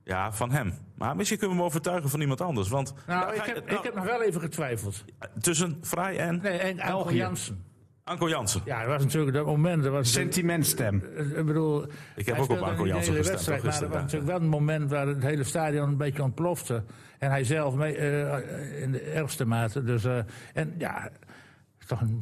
[SPEAKER 2] Ja, van hem. Maar misschien kunnen we hem overtuigen van iemand anders. Want
[SPEAKER 4] Nou,
[SPEAKER 2] daar
[SPEAKER 4] ik
[SPEAKER 2] ga je-
[SPEAKER 4] heb,
[SPEAKER 2] nou,
[SPEAKER 4] ik heb nog wel even getwijfeld.
[SPEAKER 2] tussen Vrij en
[SPEAKER 4] Nee, en Anko Jansen.
[SPEAKER 2] Anko Jansen.
[SPEAKER 4] Ja, dat was natuurlijk dat moment. Dat was
[SPEAKER 3] Sentimentstem.
[SPEAKER 4] Eh, Ik bedoel,
[SPEAKER 2] Ik heb
[SPEAKER 4] hij
[SPEAKER 2] ook op
[SPEAKER 4] speelde
[SPEAKER 2] Anko
[SPEAKER 4] niet de
[SPEAKER 2] Jansen
[SPEAKER 4] hele
[SPEAKER 2] gestemd. hoor,
[SPEAKER 4] wedstrijd, Maar er was
[SPEAKER 2] gisteren,
[SPEAKER 4] natuurlijk wel een moment waar het hele stadion een beetje ontplofte. En hij zelf mee, eh, in de ergste mate. Dus, eh, en ja, toch een,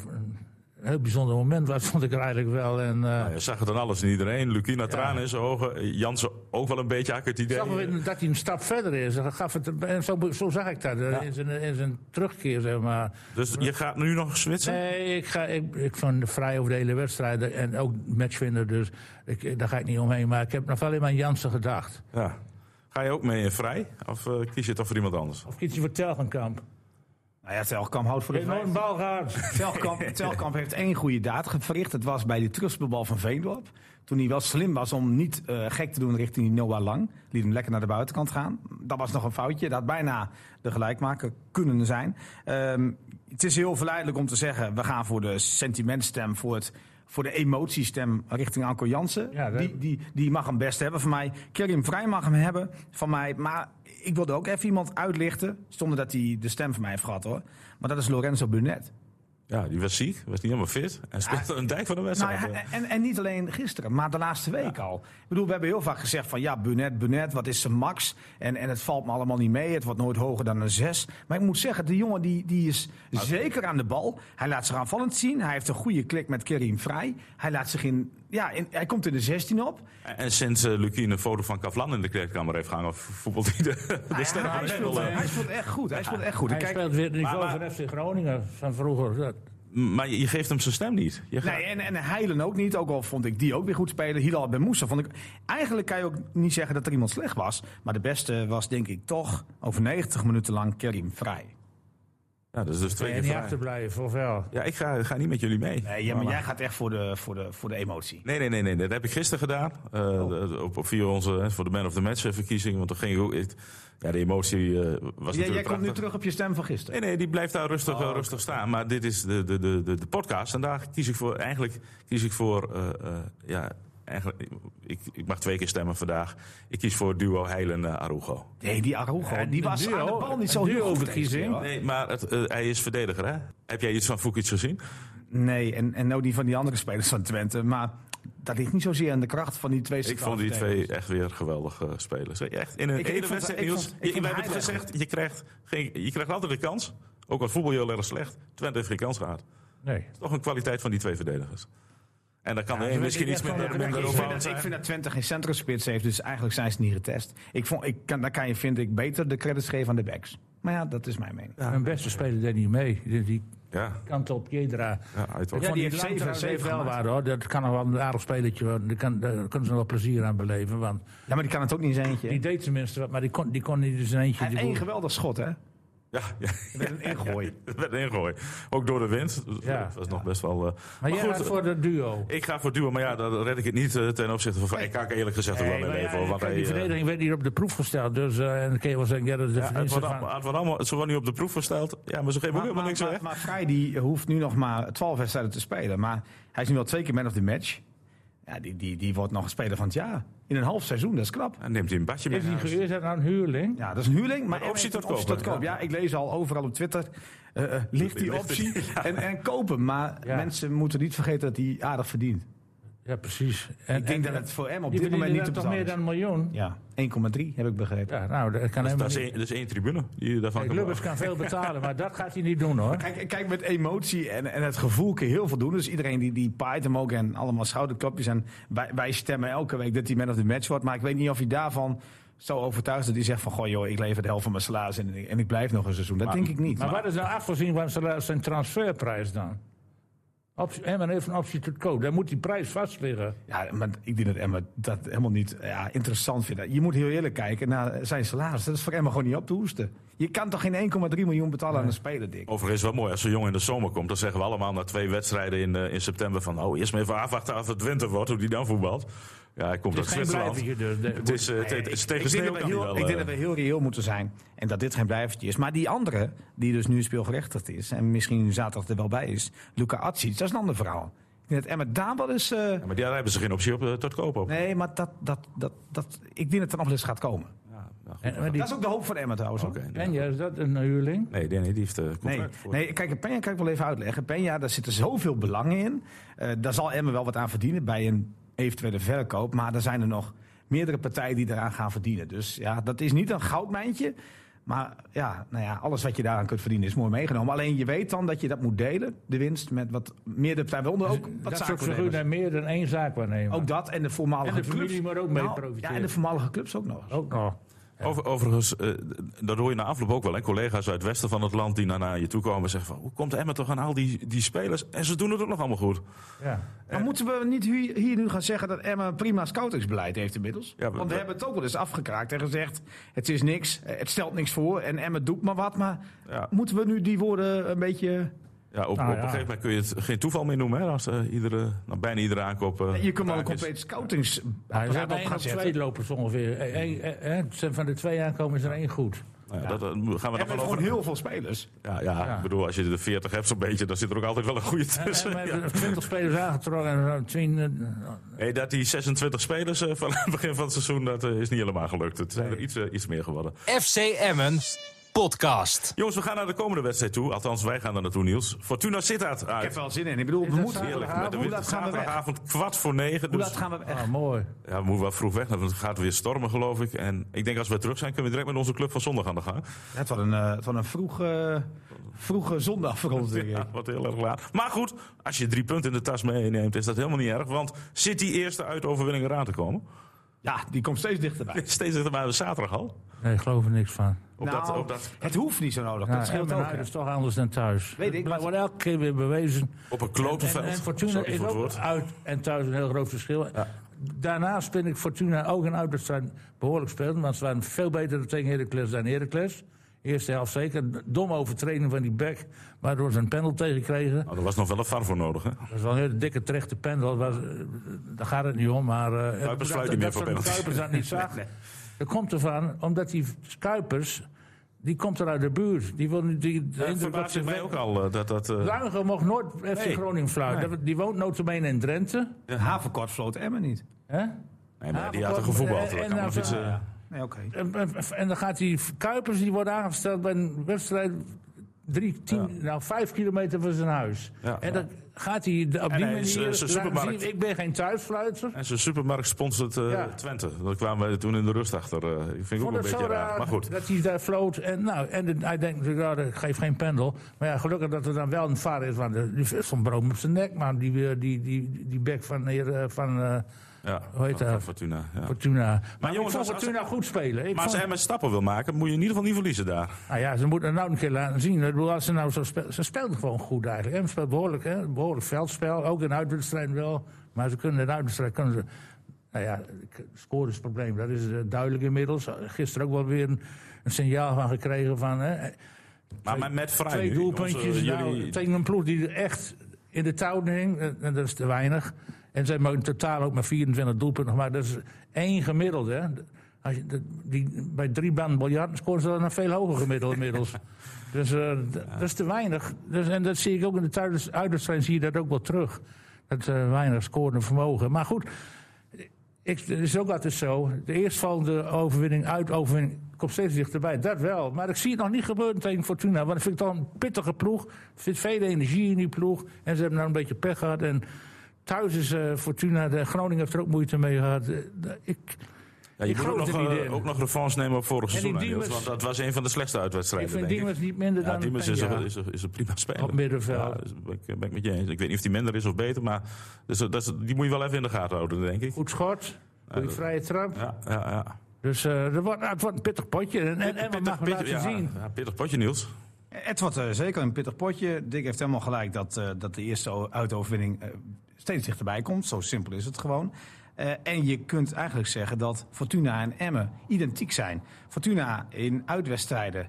[SPEAKER 4] een heel bijzonder moment was, vond ik er eigenlijk wel. En, eh,
[SPEAKER 2] Nou, je zag het dan alles in iedereen. Lucina tranen in zijn ogen. Jansen ook wel een beetje, had ik het
[SPEAKER 4] ik
[SPEAKER 2] idee.
[SPEAKER 4] zag wel dat hij een stap verder is. Dat Gaf het, en zo, zo zag ik dat eh, in, zijn, in zijn terugkeer, zeg maar.
[SPEAKER 2] Dus je gaat nu nog switchen?
[SPEAKER 4] Nee, ik, ga, ik, ik vond vrij over de hele wedstrijd en ook matchvinder, dus ik, daar ga ik niet omheen. Maar ik heb nog wel in mijn Jansen gedacht.
[SPEAKER 2] Ja. Ga je ook mee in Vrij? Of eh, kies je toch voor iemand anders?
[SPEAKER 4] Of kies je voor Telgenkamp?
[SPEAKER 3] Nou ja, Telkamp houdt voor de
[SPEAKER 4] Ik nooit een
[SPEAKER 3] vijf.
[SPEAKER 4] bal gehad.
[SPEAKER 3] Telkamp, Telkamp heeft één goede daad gevricht. Het was bij die terugspelbal van Veendorp. Toen hij wel slim was om niet eh, gek te doen richting die Noah Lang. Liet hem lekker naar de buitenkant gaan. Dat was nog een foutje. Dat had bijna de gelijkmaker kunnen zijn. Ehm, het is heel verleidelijk om te zeggen... we gaan voor de sentimentstem, voor, het, voor de emotiestem richting Anko Jansen.
[SPEAKER 4] Ja, dat-
[SPEAKER 3] die, die, die mag hem best hebben van mij. Kerim Vrij mag hem hebben van mij. Maar ik wilde ook even iemand uitlichten... zonder dat hij de stem van mij heeft gehad hoor. Maar dat is Lorenzo Brunet.
[SPEAKER 2] Ja, die was ziek. Was niet helemaal fit. En speelde een dijk van de
[SPEAKER 3] Nou
[SPEAKER 2] wedstrijd.
[SPEAKER 3] ja, en, en niet alleen gisteren, maar de laatste week al. Ik bedoel, we hebben heel vaak gezegd van ja, Bunet, Bunet, wat is zijn max? En, en het valt me allemaal niet mee, het wordt nooit hoger dan een 6. Maar ik moet zeggen, de jongen die, die is zeker aan de bal. Hij laat zich aanvallend zien, hij heeft een goede klik met Kerim Vrij. Hij laat zich in, ja, in- hij komt in de 16 op.
[SPEAKER 2] En, en sinds eh Lukien een foto van Kavlan in de kleedkamer heeft gehangen, vo- voetbalt hij de, de
[SPEAKER 3] Ja,
[SPEAKER 2] sterren
[SPEAKER 3] hij,
[SPEAKER 2] van
[SPEAKER 3] speelt,
[SPEAKER 2] Nederland.
[SPEAKER 3] hij speelt echt goed, hij speelt echt goed.
[SPEAKER 4] Hij
[SPEAKER 3] Kijk,
[SPEAKER 4] speelt weer het niveau
[SPEAKER 2] maar-
[SPEAKER 4] van FC Groningen van vroeger. Dat-
[SPEAKER 2] Maar je je geeft hem zijn stem niet. Je gaat-
[SPEAKER 3] Nee, en, en Heilen ook niet. Ook al vond ik die ook weer goed spelen. Hilal Ben Moussa vond ik... Eigenlijk kan je ook niet zeggen dat er iemand slecht was. Maar de beste was denk ik toch over 90 minuten lang Kerim Vrij.
[SPEAKER 2] Ja, dat is dus twee
[SPEAKER 4] En
[SPEAKER 2] keer
[SPEAKER 4] niet
[SPEAKER 2] vrij.
[SPEAKER 4] achterblijven, of wel?
[SPEAKER 2] Ja, ik ga, ga niet met jullie mee.
[SPEAKER 3] Nee, ja, maar jij gaat echt voor de, voor de, voor de emotie.
[SPEAKER 2] Nee, nee, nee, nee, dat heb ik gisteren gedaan. Eh,
[SPEAKER 3] Oh.
[SPEAKER 2] de- de- op, op via onze, hè, voor de Man of the Match eh, verkiezing. Want toen ging ik ook. ik- ja, de emotie eh, was
[SPEAKER 3] Jij,
[SPEAKER 2] natuurlijk.
[SPEAKER 3] jij komt nu Oh.
[SPEAKER 2] prachtig.
[SPEAKER 3] terug op je stem van gisteren.
[SPEAKER 2] Nee, nee, die blijft daar rustig, eh, rustig staan. Maar dit is de, de, de, de, de podcast. En daar kies ik voor. Eigenlijk kies ik voor. eh, eh, ja, eigenlijk. Ik, ik mag twee keer stemmen vandaag. Ik kies voor duo Heilen eh, Arugo.
[SPEAKER 3] Nee, die Arugo, die was aan de bal niet zo heel goed. deze keer, hoor.
[SPEAKER 2] Nee, maar het, eh, hij is verdediger, hè? Heb jij iets van Fukic gezien?
[SPEAKER 3] Nee, en, en ook die van die andere spelers van Twente. Maar dat ligt niet zozeer aan de kracht van die twee
[SPEAKER 2] Ik vond die twee echt weer geweldig eh, spelers. Echt, in een
[SPEAKER 3] Ik- ik
[SPEAKER 2] hele
[SPEAKER 3] vond-
[SPEAKER 2] wedstrijd,
[SPEAKER 3] ik
[SPEAKER 2] Niels,
[SPEAKER 3] vond- ik
[SPEAKER 2] je-
[SPEAKER 3] vond
[SPEAKER 2] wij hebben het
[SPEAKER 3] Heidenberg
[SPEAKER 2] gezegd, je krijgt, geen, je krijgt altijd de kans. Ook al voetbal je heel erg slecht. Twente heeft geen kans gehad. Het
[SPEAKER 4] Nee.
[SPEAKER 2] is toch een kwaliteit van die twee verdedigers. En dan kan de een misschien iets minder, minder
[SPEAKER 3] Ik vind,
[SPEAKER 2] opbouwend
[SPEAKER 3] dat, ik
[SPEAKER 2] zijn.
[SPEAKER 3] vind dat Twente geen centrumspits heeft, dus eigenlijk zijn ze niet getest. Ik vond, ik kan, dan kan je, vind ik, beter de credits geven aan de backs. Maar ja, dat is mijn mening.
[SPEAKER 4] Mijn beste speler deed niet mee. Die, die
[SPEAKER 2] Ja,
[SPEAKER 4] kant op Jedra.
[SPEAKER 2] ja, uit
[SPEAKER 4] Ja,
[SPEAKER 3] die
[SPEAKER 4] die
[SPEAKER 3] heeft
[SPEAKER 4] heeft
[SPEAKER 3] zeven- zeven
[SPEAKER 4] wel
[SPEAKER 3] gemaakt.
[SPEAKER 4] waar, hoor. Dat kan nog wel een aardig spelletje worden. Daar, kan, daar kunnen ze nog wel plezier aan beleven. Want
[SPEAKER 3] Ja, maar die kan het ook niet in zijn eentje.
[SPEAKER 4] die
[SPEAKER 3] Hij
[SPEAKER 4] deed tenminste wat, maar die kon, die kon niet dus in eentje.
[SPEAKER 3] heeft
[SPEAKER 4] die
[SPEAKER 3] één
[SPEAKER 4] boel-
[SPEAKER 3] geweldig schot, hè?
[SPEAKER 2] ja, ja,
[SPEAKER 3] Met een ingooi.
[SPEAKER 2] dat werd ingooi. Ook door de wind. Dat
[SPEAKER 4] Ja.
[SPEAKER 2] was nog best wel... eh,
[SPEAKER 4] Maar, jij gaat voor dat duo.
[SPEAKER 2] Ik ga voor duo, maar ja, dan red ik het niet eh, ten opzichte van... Ik kan eerlijk gezegd ook wel
[SPEAKER 4] Nee,
[SPEAKER 2] mee
[SPEAKER 4] maar ja,
[SPEAKER 2] leven. hoor, want
[SPEAKER 4] kijk,
[SPEAKER 2] hij,
[SPEAKER 4] die
[SPEAKER 2] eh,
[SPEAKER 4] verdediging werd hier op de proef gesteld. Dus eh, en dan kun je wel zeggen, ja, dat is de
[SPEAKER 2] ja, het
[SPEAKER 4] verdienste
[SPEAKER 2] wordt
[SPEAKER 4] van...
[SPEAKER 2] allemaal- het wordt allemaal, ze worden nu op de proef gesteld. Ja, maar ze geven ook
[SPEAKER 3] Maar,
[SPEAKER 2] helemaal
[SPEAKER 3] maar,
[SPEAKER 2] niks weg.
[SPEAKER 3] maar, maar Vrij die hoeft nu nog maar 12 wedstrijden te spelen. Maar hij is nu wel twee keer man of the match. Ja, die, die, die wordt nog een speler van het jaar. In een half seizoen, dat is knap.
[SPEAKER 2] En neemt hij een badje mee
[SPEAKER 4] Is hij
[SPEAKER 2] naar huis.
[SPEAKER 4] gehuurd aan een huurling?
[SPEAKER 3] Ja, dat is een huurling. Maar
[SPEAKER 2] Met optie
[SPEAKER 3] Emmen
[SPEAKER 2] tot
[SPEAKER 3] heeft een
[SPEAKER 2] kopen.
[SPEAKER 3] Ja, ik lees al overal op Twitter. eh, eh, ligt die
[SPEAKER 2] Ligt
[SPEAKER 3] optie
[SPEAKER 2] die-
[SPEAKER 3] en, en kopen. Maar
[SPEAKER 4] Ja.
[SPEAKER 3] mensen moeten niet vergeten dat hij aardig verdient.
[SPEAKER 4] Ja, precies. En,
[SPEAKER 3] Ik denk
[SPEAKER 4] en-
[SPEAKER 3] dat het voor hem op
[SPEAKER 4] die
[SPEAKER 3] dit moment
[SPEAKER 4] verdienen
[SPEAKER 3] niet te
[SPEAKER 4] toch meer
[SPEAKER 3] betalen
[SPEAKER 4] dan
[SPEAKER 3] is.
[SPEAKER 4] een miljoen?
[SPEAKER 3] Ja, 1,3 heb ik begrepen.
[SPEAKER 4] Ja, nou, dat kan helemaal
[SPEAKER 2] Dus Dat is,
[SPEAKER 4] niet.
[SPEAKER 2] één, dat is één tribune die je daarvan
[SPEAKER 4] Kijk,
[SPEAKER 2] kan
[SPEAKER 4] Lubbers
[SPEAKER 2] bouwen.
[SPEAKER 4] kan veel betalen, maar dat gaat hij niet doen, hoor.
[SPEAKER 3] Kijk, kijk, met emotie en, en het gevoel kun je heel veel doen. Dus iedereen die, die paait hem ook en allemaal schouderklopjes. En wij, wij stemmen elke week dat hij man of the match wordt. Maar ik weet niet of hij daarvan zo overtuigd is dat hij zegt van... Goh joh, ik lever de helft van mijn salaris in en ik, en ik blijf nog een seizoen. Dat denk ik niet.
[SPEAKER 4] Maar wat is nou afgezien van zijn- zijn transferprijs dan? Optie, Emmen heeft een optie tot koop. Daar moet die prijs vast liggen.
[SPEAKER 3] ja, maar ik denk dat Emma dat helemaal niet ja, interessant vindt. Je moet heel eerlijk kijken naar zijn salaris. Dat is voor Emma gewoon niet op te hoesten. Je kan toch geen 1,3 miljoen betalen aan een speler, Dick?
[SPEAKER 2] Overigens wel mooi, als zo'n jongen in de zomer komt, dan zeggen we allemaal na twee wedstrijden in, eh, in september van oh, eerst maar even afwachten of het winter wordt, hoe die dan voetbalt. Ja, hij komt
[SPEAKER 4] Het
[SPEAKER 2] uit
[SPEAKER 4] is geen
[SPEAKER 2] Zwitserland.
[SPEAKER 4] blijvertje dus. De-
[SPEAKER 2] Het is, eh, het- het is tegen
[SPEAKER 3] ik, denk
[SPEAKER 2] sneeuw
[SPEAKER 3] dat we
[SPEAKER 2] kan hij
[SPEAKER 3] heel,
[SPEAKER 2] wel.
[SPEAKER 3] ik denk
[SPEAKER 2] eh,
[SPEAKER 3] dat we heel reëel moeten zijn. En dat dit geen blijvertje is. Maar die andere, die dus nu speelgerechtigd is. En misschien zaterdag er wel bij is. Luca Atsic, dat is een ander verhaal. Ik denk dat Emma daar wel eens... eh,
[SPEAKER 2] ja, maar daar hebben ze geen optie op, eh, tot koop op.
[SPEAKER 3] nee, maar dat, dat, dat, dat, ik denk dat er nog wel eens gaat komen.
[SPEAKER 2] Ja. Nou, goed,
[SPEAKER 4] En, maar die,
[SPEAKER 3] Dat is ook de hoop van Emmen trouwens. hoor.
[SPEAKER 2] oké, nou.
[SPEAKER 4] Penja, is dat een huurling?
[SPEAKER 2] Nee, Danny, die heeft eh, contract
[SPEAKER 3] Nee,
[SPEAKER 2] voor.
[SPEAKER 3] nee, kijk, Penja kan ik wel even uitleggen. Penja, daar zitten zoveel belangen in. Eh, daar zal Emmen wel wat aan verdienen bij een eventuele verkoop. Maar er zijn er nog meerdere partijen die eraan gaan verdienen. Dus ja, dat is niet een goudmijntje. Maar ja, nou ja, alles wat je daaraan kunt verdienen is mooi meegenomen. Alleen je weet dan dat je dat moet delen, de winst, met wat meerdere partijen. Waaronder ook wat
[SPEAKER 4] Dus dat soort
[SPEAKER 3] zaakwaarnemers.
[SPEAKER 4] figuren meer dan één zaak waarnemen.
[SPEAKER 3] Ook dat en de voormalige
[SPEAKER 4] En de
[SPEAKER 3] clubs. Nou,
[SPEAKER 4] familie moet ook mee profiteren.
[SPEAKER 3] Ja, en de voormalige clubs ook nog eens.
[SPEAKER 4] Ook nog.
[SPEAKER 2] Over- overigens, eh, d- dat hoor je na afloop ook wel. Hè? Collega's uit het westen van het land die naar, naar je toe komen en zeggen van... hoe komt Emmen toch aan al die, die spelers? En ze doen het ook nog allemaal goed.
[SPEAKER 4] Ja.
[SPEAKER 3] Maar moeten we niet hu- hier nu gaan zeggen dat Emma een prima scoutingsbeleid heeft inmiddels?
[SPEAKER 2] Ja, we-
[SPEAKER 3] Want we
[SPEAKER 2] we-
[SPEAKER 3] hebben het ook wel eens afgekraakt en gezegd: het is niks, eh, het stelt niks voor en Emma doet maar wat. Maar
[SPEAKER 2] Ja.
[SPEAKER 3] moeten we nu die woorden een beetje.
[SPEAKER 2] Ja, op,
[SPEAKER 4] Nou
[SPEAKER 2] op
[SPEAKER 4] ja.
[SPEAKER 2] een gegeven moment kun je het geen toeval meer noemen. Hè? Als eh, iedere, nou, bijna iedere aankoop... eh,
[SPEAKER 3] Je kunt wel een
[SPEAKER 2] raak is.
[SPEAKER 3] compleet scoutings
[SPEAKER 4] Ja, ze
[SPEAKER 3] apparaat
[SPEAKER 4] hebben
[SPEAKER 3] op
[SPEAKER 4] één
[SPEAKER 3] gaan
[SPEAKER 4] of
[SPEAKER 3] zetten.
[SPEAKER 4] twee lopers ongeveer. Eh, eh, eh, eh, het zijn van de twee aankomen is er één goed.
[SPEAKER 2] Nou ja, Dat eh, gaan we
[SPEAKER 3] En
[SPEAKER 2] nog
[SPEAKER 3] met
[SPEAKER 2] wel
[SPEAKER 3] gewoon
[SPEAKER 2] over.
[SPEAKER 3] heel veel spelers.
[SPEAKER 2] Ja, ja,
[SPEAKER 4] Ja.
[SPEAKER 2] ik bedoel, als je er 40 hebt zo'n beetje, dan zit er ook altijd wel een goede tussen.
[SPEAKER 4] we
[SPEAKER 2] Ja.
[SPEAKER 4] hebben 20 spelers aangetrokken en eh, 10, eh,
[SPEAKER 2] Hey, dat die 26 spelers eh, van het begin van het seizoen, dat eh, is niet helemaal gelukt. Het zijn er iets, eh, iets meer geworden.
[SPEAKER 1] FC Emmen podcast.
[SPEAKER 2] Jongens, we gaan naar de komende wedstrijd toe. Althans, wij gaan daar naartoe, Niels. Fortuna Sittard
[SPEAKER 3] Ik
[SPEAKER 2] uit.
[SPEAKER 3] heb er wel zin in. Ik bedoel, we moeten.
[SPEAKER 2] Heerlijk. Met de
[SPEAKER 3] Hoe
[SPEAKER 2] witte
[SPEAKER 3] laat gaan we weg?
[SPEAKER 2] zaterdagavond kwart voor negen.
[SPEAKER 3] Hoe
[SPEAKER 2] Dus
[SPEAKER 3] laat gaan we weg?
[SPEAKER 4] Ah, mooi.
[SPEAKER 2] ja, we moeten wel vroeg weg, want het gaat weer stormen, geloof ik. En ik denk als we terug zijn, kunnen we direct met onze club van zondag aan de gang.
[SPEAKER 3] Ja, Het was een, eh, het was een vroege, vroege zondag voor ons, denk ik.
[SPEAKER 2] Ja, wat heel erg laat. Maar goed, als je drie punten in de tas meeneemt, is dat helemaal niet erg. Want zit die eerste uit de overwinning eraan te komen?
[SPEAKER 3] Ja, die komt steeds dichterbij.
[SPEAKER 2] Steeds dichterbij de zaterdag al.
[SPEAKER 4] Nee, ik geloof er niks van.
[SPEAKER 2] Op
[SPEAKER 3] Nou,
[SPEAKER 2] dat, op dat,
[SPEAKER 3] Het hoeft niet zo nodig.
[SPEAKER 4] Ja,
[SPEAKER 3] dat scheelt
[SPEAKER 4] Emmen
[SPEAKER 3] ook.
[SPEAKER 4] uit
[SPEAKER 3] hè.
[SPEAKER 4] is toch anders dan thuis.
[SPEAKER 3] Weet ik,
[SPEAKER 4] Het
[SPEAKER 3] maar-
[SPEAKER 4] wordt elke keer weer bewezen.
[SPEAKER 2] op een
[SPEAKER 4] En,
[SPEAKER 2] klotenveld.
[SPEAKER 4] en Fortuna
[SPEAKER 2] Sorry
[SPEAKER 4] is
[SPEAKER 2] voor het
[SPEAKER 4] ook
[SPEAKER 2] woord.
[SPEAKER 4] uit en thuis een heel groot verschil. Daarnaast vind ik Fortuna ook een uitwedstrijd behoorlijk spelen. Want ze waren veel beter tegen Heracles dan Heracles. Eerste helft zeker. Domme overtreding van die back, waardoor ze een panel tegenkregen.
[SPEAKER 2] Nou, er was nog wel een VAR voor nodig, hè?
[SPEAKER 4] Dat is wel een hele dikke terechte pendel. Was, eh, daar gaat het niet om. Maar, eh,
[SPEAKER 2] Kuipers
[SPEAKER 4] dat-
[SPEAKER 2] fluit niet meer
[SPEAKER 4] dat
[SPEAKER 2] voor
[SPEAKER 4] zo'n
[SPEAKER 2] penalty.
[SPEAKER 4] Kuipers dat niet zag. Dat komt ervan omdat die Kuipers. die komt er uit de buurt. Die wil niet. Die, de
[SPEAKER 2] Dat
[SPEAKER 4] indruk op
[SPEAKER 2] verbaasde
[SPEAKER 4] zich
[SPEAKER 2] Eh, mij
[SPEAKER 4] wekt.
[SPEAKER 2] ook al. eh, dat, dat, eh,
[SPEAKER 4] Lange mocht nooit FC
[SPEAKER 2] Nee.
[SPEAKER 4] Groningen fluiten. Dat- Die woont notabene in Drenthe.
[SPEAKER 3] Haverkort floot Emmen niet.
[SPEAKER 4] Hè?
[SPEAKER 2] nee, maar die
[SPEAKER 4] Ah,
[SPEAKER 2] had een
[SPEAKER 4] en-
[SPEAKER 2] gevoetbald. dat
[SPEAKER 4] en-
[SPEAKER 2] kan me nog
[SPEAKER 4] en-
[SPEAKER 2] iets, eh,
[SPEAKER 3] Nee, oké.
[SPEAKER 4] En, en- en dan gaat die Kuipers, die wordt aangesteld bij een wedstrijd. Drie, tien, nou, vijf kilometer van zijn huis.
[SPEAKER 2] Ja,
[SPEAKER 4] en dan gaat hij op die
[SPEAKER 2] hij
[SPEAKER 4] manier.
[SPEAKER 2] is, eh, zijn
[SPEAKER 4] laten
[SPEAKER 2] supermarkt.
[SPEAKER 4] zien, ik ben geen thuisfluiter.
[SPEAKER 2] eh, En zijn supermarkt sponsort eh,
[SPEAKER 4] Ja.
[SPEAKER 2] Twente. Daar kwamen we toen in de rust achter. eh. ik vind ik ook
[SPEAKER 4] vond
[SPEAKER 2] wel een
[SPEAKER 4] het zo
[SPEAKER 2] beetje raar.
[SPEAKER 4] raar
[SPEAKER 2] Maar goed.
[SPEAKER 4] dat hij daar floot. En, nou, en de- hij denkt, natuurlijk, ja, dat geeft geen pendel. Maar ja, gelukkig dat er dan wel een vader is. Want de- die is van broom op zijn nek, man. Die, eh, die, die, die bek van, hier, eh, van eh,
[SPEAKER 2] Ja,
[SPEAKER 4] Hoe heet
[SPEAKER 2] van-
[SPEAKER 4] dat?
[SPEAKER 2] van Fortuna. ja.
[SPEAKER 4] Fortuna. Maar,
[SPEAKER 2] Nou. jongens,
[SPEAKER 4] jongens, ik vond
[SPEAKER 2] als- als-
[SPEAKER 4] Fortuna goed spelen. Ik
[SPEAKER 2] Maar als
[SPEAKER 4] vond-
[SPEAKER 2] Emmen stappen wil maken, moet je in ieder geval niet verliezen daar.
[SPEAKER 4] nou ja, ze moeten het nou een keer laten zien. Ik bedoel, als ze nou zo spelen, ze spelen gewoon goed eigenlijk. Emmen speelt behoorlijk, hè? behoorlijk veldspel. Ook in uitwedstrijden wel. Maar ze kunnen in uitwedstrijden... Kunnen ze, nou ja, k- scoren is het probleem. Dat is eh, duidelijk inmiddels. Gisteren ook wel weer een, een signaal van gekregen van... Hè,
[SPEAKER 2] Maar met- met Vrij
[SPEAKER 4] twee
[SPEAKER 2] nu,
[SPEAKER 4] doelpuntjes
[SPEAKER 2] onze-
[SPEAKER 4] nou,
[SPEAKER 2] jullie-
[SPEAKER 4] tegen een ploeg die er echt in de touw hing. eh, En dat is te weinig. En ze hebben in totaal ook maar 24 doelpunten gemaakt. Dat is één gemiddelde. hè. Als je, dat- die, bij drie baan biljarten scoren ze dan een veel hoger gemiddelde inmiddels. Dus eh, d- dat is te weinig. Dus, en dat zie ik ook in de thuis- uitwedstrijd zie je dat ook wel terug. Dat eh, weinig scorende vermogen. Maar goed, ik, het is ook altijd zo. De eerstvolgende overwinning, uitoverwinning, komt steeds dichterbij. Dat wel. Maar ik zie het nog niet gebeuren tegen Fortuna. Want dat vind ik dan een pittige ploeg. Er zit veel energie in die ploeg. En ze hebben nou een beetje pech gehad. En thuis is eh, Fortuna, de Groningen heeft er ook moeite mee gehad. Eh, de- ik,
[SPEAKER 2] Ja, je
[SPEAKER 4] Ik
[SPEAKER 2] moet ook nog,
[SPEAKER 4] geloof er niet
[SPEAKER 2] eh,
[SPEAKER 4] in.
[SPEAKER 2] ook nog revanche nemen op vorig seizoen. hè,
[SPEAKER 4] Diemers-
[SPEAKER 2] Niels, want dat was een van de slechtste
[SPEAKER 4] ik
[SPEAKER 2] uitwedstrijden,
[SPEAKER 4] vind
[SPEAKER 2] denk
[SPEAKER 4] Diemers
[SPEAKER 2] ik.
[SPEAKER 4] niet minder
[SPEAKER 2] Ja,
[SPEAKER 4] dan
[SPEAKER 2] Diemers is,
[SPEAKER 4] Peña.
[SPEAKER 2] een- is, een- is een prima speler.
[SPEAKER 4] Op middenveld.
[SPEAKER 2] Ja, is- ben, ik, ben ik met je eens. Ik weet niet of die minder is of beter, maar dus, dat is- die moet je wel even in de gaten houden, denk ik.
[SPEAKER 4] Goed schot, goede vrije trap.
[SPEAKER 2] Ja, ja, ja.
[SPEAKER 4] Dus eh, dat wordt, nou, het wordt een pittig potje. En, en, en we
[SPEAKER 2] Pittig-
[SPEAKER 4] mag laten
[SPEAKER 2] pittig- ja,
[SPEAKER 4] zien.
[SPEAKER 2] ja, pittig potje, Niels.
[SPEAKER 3] Het wordt eh, zeker een pittig potje. Dick heeft helemaal gelijk dat, eh, dat de eerste o- uitoverwinning eh, steeds dichterbij komt. Zo simpel is het gewoon. Eh, en je kunt eigenlijk zeggen dat Fortuna en Emmen identiek zijn. Fortuna in uitwedstrijden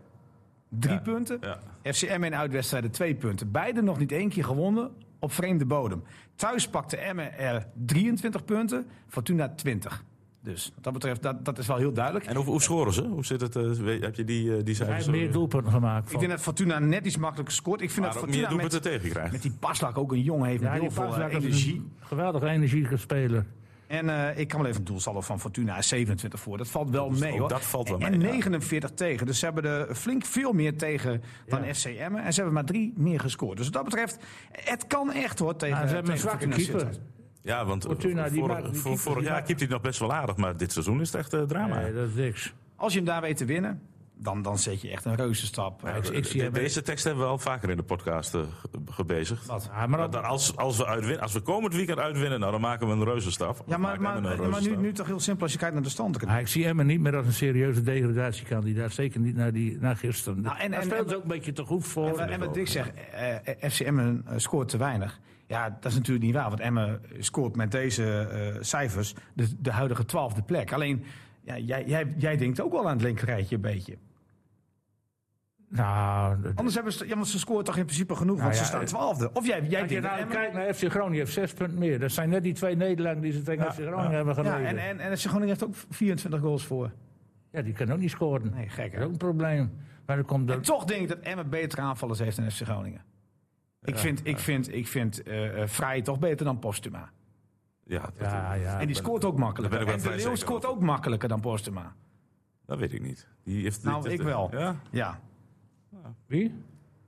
[SPEAKER 3] drie punten.
[SPEAKER 2] Ja.
[SPEAKER 3] FCM in uitwedstrijden twee punten. Beide nog niet één keer gewonnen op vreemde bodem. Thuis pakte Emmen er 23 punten, Fortuna 20. Dus wat dat betreft, dat, dat is wel heel duidelijk.
[SPEAKER 2] En hoe, hoe scoren ze? Hoe zit het? eh, weet- heb je die, eh, die
[SPEAKER 4] Hij
[SPEAKER 2] cijfers?
[SPEAKER 4] heeft meer doelpunten gemaakt.
[SPEAKER 3] Ik denk dat Fortuna net iets makkelijker scoort. Ik vind
[SPEAKER 2] Maar
[SPEAKER 3] dat
[SPEAKER 2] ook meer
[SPEAKER 3] Fortuna met
[SPEAKER 2] doelpunten tegen krijgen.
[SPEAKER 3] Met die paslak ook een jongen heeft met
[SPEAKER 4] die
[SPEAKER 3] heel veel
[SPEAKER 4] Paaswijk
[SPEAKER 3] eh,
[SPEAKER 4] is een
[SPEAKER 3] energie.
[SPEAKER 4] Geweldige energie gespeeld.
[SPEAKER 3] En eh, ik kan wel even het doelsaldo van Fortuna is 27 voor. Dat valt wel mee
[SPEAKER 2] ook
[SPEAKER 3] hoor.
[SPEAKER 2] dat valt wel
[SPEAKER 3] en,
[SPEAKER 2] mee, ja.
[SPEAKER 3] 49 tegen. Dus ze hebben er flink veel meer tegen dan FCM. En ze hebben maar drie meer gescoord. Dus wat dat betreft, het kan echt hoor tegen
[SPEAKER 4] Ja, ze hebben een
[SPEAKER 3] tegen
[SPEAKER 4] zwakke
[SPEAKER 3] Fortuna
[SPEAKER 4] keeper.
[SPEAKER 3] Sittard.
[SPEAKER 2] Ja, want eh,
[SPEAKER 4] Fortuna, die
[SPEAKER 2] vorig-
[SPEAKER 4] maakt- die
[SPEAKER 2] voor-
[SPEAKER 4] keeper,
[SPEAKER 2] vorig
[SPEAKER 4] die
[SPEAKER 2] jaar
[SPEAKER 4] maakt-
[SPEAKER 2] keept hij het nog best wel aardig, maar dit seizoen is het echt eh, drama.
[SPEAKER 4] Nee, dat is niks.
[SPEAKER 3] Als je hem daar weet te winnen, dan, dan zet je echt een reuzenstap.
[SPEAKER 4] Ja, ik, ik zie
[SPEAKER 2] Eh, De-
[SPEAKER 4] hem-
[SPEAKER 2] deze tekst hebben we al vaker in de podcast eh, ge- gebezigd.
[SPEAKER 4] Ah, maar
[SPEAKER 2] Dat
[SPEAKER 4] dat-
[SPEAKER 2] als, als, we uitwin, als we komend weekend uitwinnen, nou, dan maken we een reuzenstap. Of
[SPEAKER 3] Ja, maar,
[SPEAKER 2] maken we
[SPEAKER 3] maar,
[SPEAKER 2] een
[SPEAKER 3] maar, nu,
[SPEAKER 2] reuzenstap.
[SPEAKER 3] nu toch heel simpel als je kijkt naar de stand.
[SPEAKER 4] Ah, ik zie Emmen niet meer als een serieuze degradatiekandidaat. Zeker niet naar, die, naar gisteren.
[SPEAKER 3] Nou, en-
[SPEAKER 4] Daar
[SPEAKER 3] en-
[SPEAKER 4] speelt
[SPEAKER 3] en-
[SPEAKER 4] ze ook een beetje te goed voor.
[SPEAKER 3] En, wat Dick zegt, eh, FC Emmen eh, scoort te weinig. Ja, dat is natuurlijk niet waar. Want Emmen scoort met deze eh, cijfers de, de huidige twaalfde plek. Alleen, ja, jij, jij, jij denkt ook wel aan het linkerrijtje een beetje.
[SPEAKER 4] nou, dat-
[SPEAKER 3] Anders hebben ze, ja, want ze scoort toch in principe genoeg, want
[SPEAKER 4] ja,
[SPEAKER 3] ze staan
[SPEAKER 4] eh,
[SPEAKER 3] twaalfde. Of jij, jij
[SPEAKER 4] als je
[SPEAKER 3] denkt
[SPEAKER 4] nou
[SPEAKER 3] Emmen-
[SPEAKER 4] kijkt naar FC Groningen, die heeft zes punten meer. Dat zijn net die twee Nederlanders die ze tegen FC Groningen hebben
[SPEAKER 3] Ja,
[SPEAKER 4] gereden. Ja,
[SPEAKER 3] en, en, en FC Groningen heeft ook 24 goals voor.
[SPEAKER 4] die kan ook niet scoren.
[SPEAKER 3] Nee, gek
[SPEAKER 4] Dat is
[SPEAKER 3] hè?
[SPEAKER 4] ook een probleem. Maar dan komt
[SPEAKER 3] En
[SPEAKER 4] dat...
[SPEAKER 3] toch denk ik dat Emmen betere aanvallers heeft dan FC Groningen. Ik vind, ik vind, ik vind eh, eh, Vrij toch beter dan Postuma.
[SPEAKER 2] Ja, dat,
[SPEAKER 4] Ja, ja.
[SPEAKER 3] En die scoort ook
[SPEAKER 2] daar
[SPEAKER 3] makkelijker.
[SPEAKER 2] ben
[SPEAKER 3] En
[SPEAKER 2] ik wel
[SPEAKER 3] de
[SPEAKER 2] vrij
[SPEAKER 3] Leeuw
[SPEAKER 2] zeker
[SPEAKER 3] scoort ook makkelijker dan Postuma.
[SPEAKER 2] dat weet ik niet. Die heeft,
[SPEAKER 3] Nou,
[SPEAKER 2] dit-
[SPEAKER 3] ik wel.
[SPEAKER 2] Ja?
[SPEAKER 3] Ja.
[SPEAKER 4] Wie?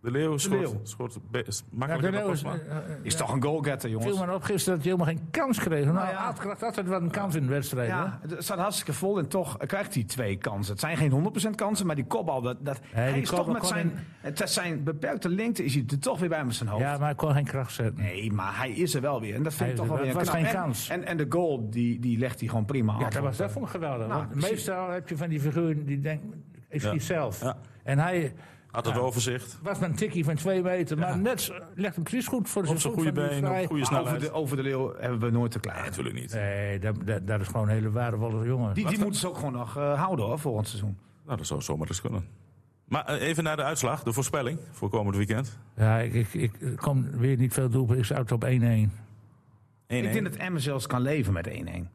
[SPEAKER 2] De Leeuw
[SPEAKER 3] Leeuw.
[SPEAKER 2] schort, schort be- is
[SPEAKER 4] Ja,
[SPEAKER 2] makkelijker
[SPEAKER 4] de
[SPEAKER 2] dan
[SPEAKER 4] Leeuw is-
[SPEAKER 2] Postma.
[SPEAKER 4] eh, eh,
[SPEAKER 3] Is toch een goalgetter,
[SPEAKER 4] viel
[SPEAKER 3] jongens.
[SPEAKER 4] me op gisteren dat hij helemaal geen kans kreeg. Nou,
[SPEAKER 3] ja.
[SPEAKER 4] Aardkracht had altijd wel een kans in de wedstrijd.
[SPEAKER 3] Ja, het staat hartstikke vol en toch krijgt hij twee kansen. Het zijn geen 100% kansen, maar die kopbal, dat, dat, hij
[SPEAKER 4] die
[SPEAKER 3] is toch
[SPEAKER 4] kopbal
[SPEAKER 3] met
[SPEAKER 4] kon
[SPEAKER 3] zijn,
[SPEAKER 4] in-
[SPEAKER 3] het, zijn beperkte lengte is hij er toch weer bij met zijn
[SPEAKER 4] hè?
[SPEAKER 3] hoofd.
[SPEAKER 4] ja, maar hij kon geen kracht zetten.
[SPEAKER 3] Nee, maar hij is er wel weer. En dat vind
[SPEAKER 4] Hij
[SPEAKER 3] ik
[SPEAKER 4] is
[SPEAKER 3] toch
[SPEAKER 4] er
[SPEAKER 3] wel weer
[SPEAKER 4] wel.
[SPEAKER 3] een
[SPEAKER 4] Het was
[SPEAKER 3] knap.
[SPEAKER 4] geen
[SPEAKER 3] En- En,
[SPEAKER 4] kans.
[SPEAKER 3] en, de goal, die, die legt hij gewoon prima
[SPEAKER 4] Ja,
[SPEAKER 3] af.
[SPEAKER 4] dat, was, dat vond ik geweldig.
[SPEAKER 3] Nou,
[SPEAKER 4] want
[SPEAKER 3] precies.
[SPEAKER 4] meestal heb je van die figuren die denken, ik schiet zelf.
[SPEAKER 2] Ja.
[SPEAKER 4] En hij
[SPEAKER 2] Had het overzicht.
[SPEAKER 4] was met een tikkie van twee meter, maar net zo- legt hem precies goed voor zijn
[SPEAKER 2] Op zijn
[SPEAKER 4] voet
[SPEAKER 2] goede
[SPEAKER 4] van die
[SPEAKER 2] been, op
[SPEAKER 4] vrij.
[SPEAKER 2] goede
[SPEAKER 3] Maar over,
[SPEAKER 2] snelheid.
[SPEAKER 3] de, over de leeuw hebben we nooit te klagen.
[SPEAKER 2] Natuurlijk niet.
[SPEAKER 4] Nee, dat, dat, dat is gewoon een hele waardevolle jongen.
[SPEAKER 3] die die moeten ze ook gewoon nog eh, houden hoor, volgend seizoen.
[SPEAKER 2] Nou, dat zou zomaar eens kunnen. Maar eh, even naar de uitslag, de voorspelling voor komend weekend. 1-1.
[SPEAKER 4] Ja, ik, ik, ik er kom weer niet veel doelpunten. Ik zou het op 1-1.
[SPEAKER 3] Ik denk dat Emmen zelfs kan leven met 1-1.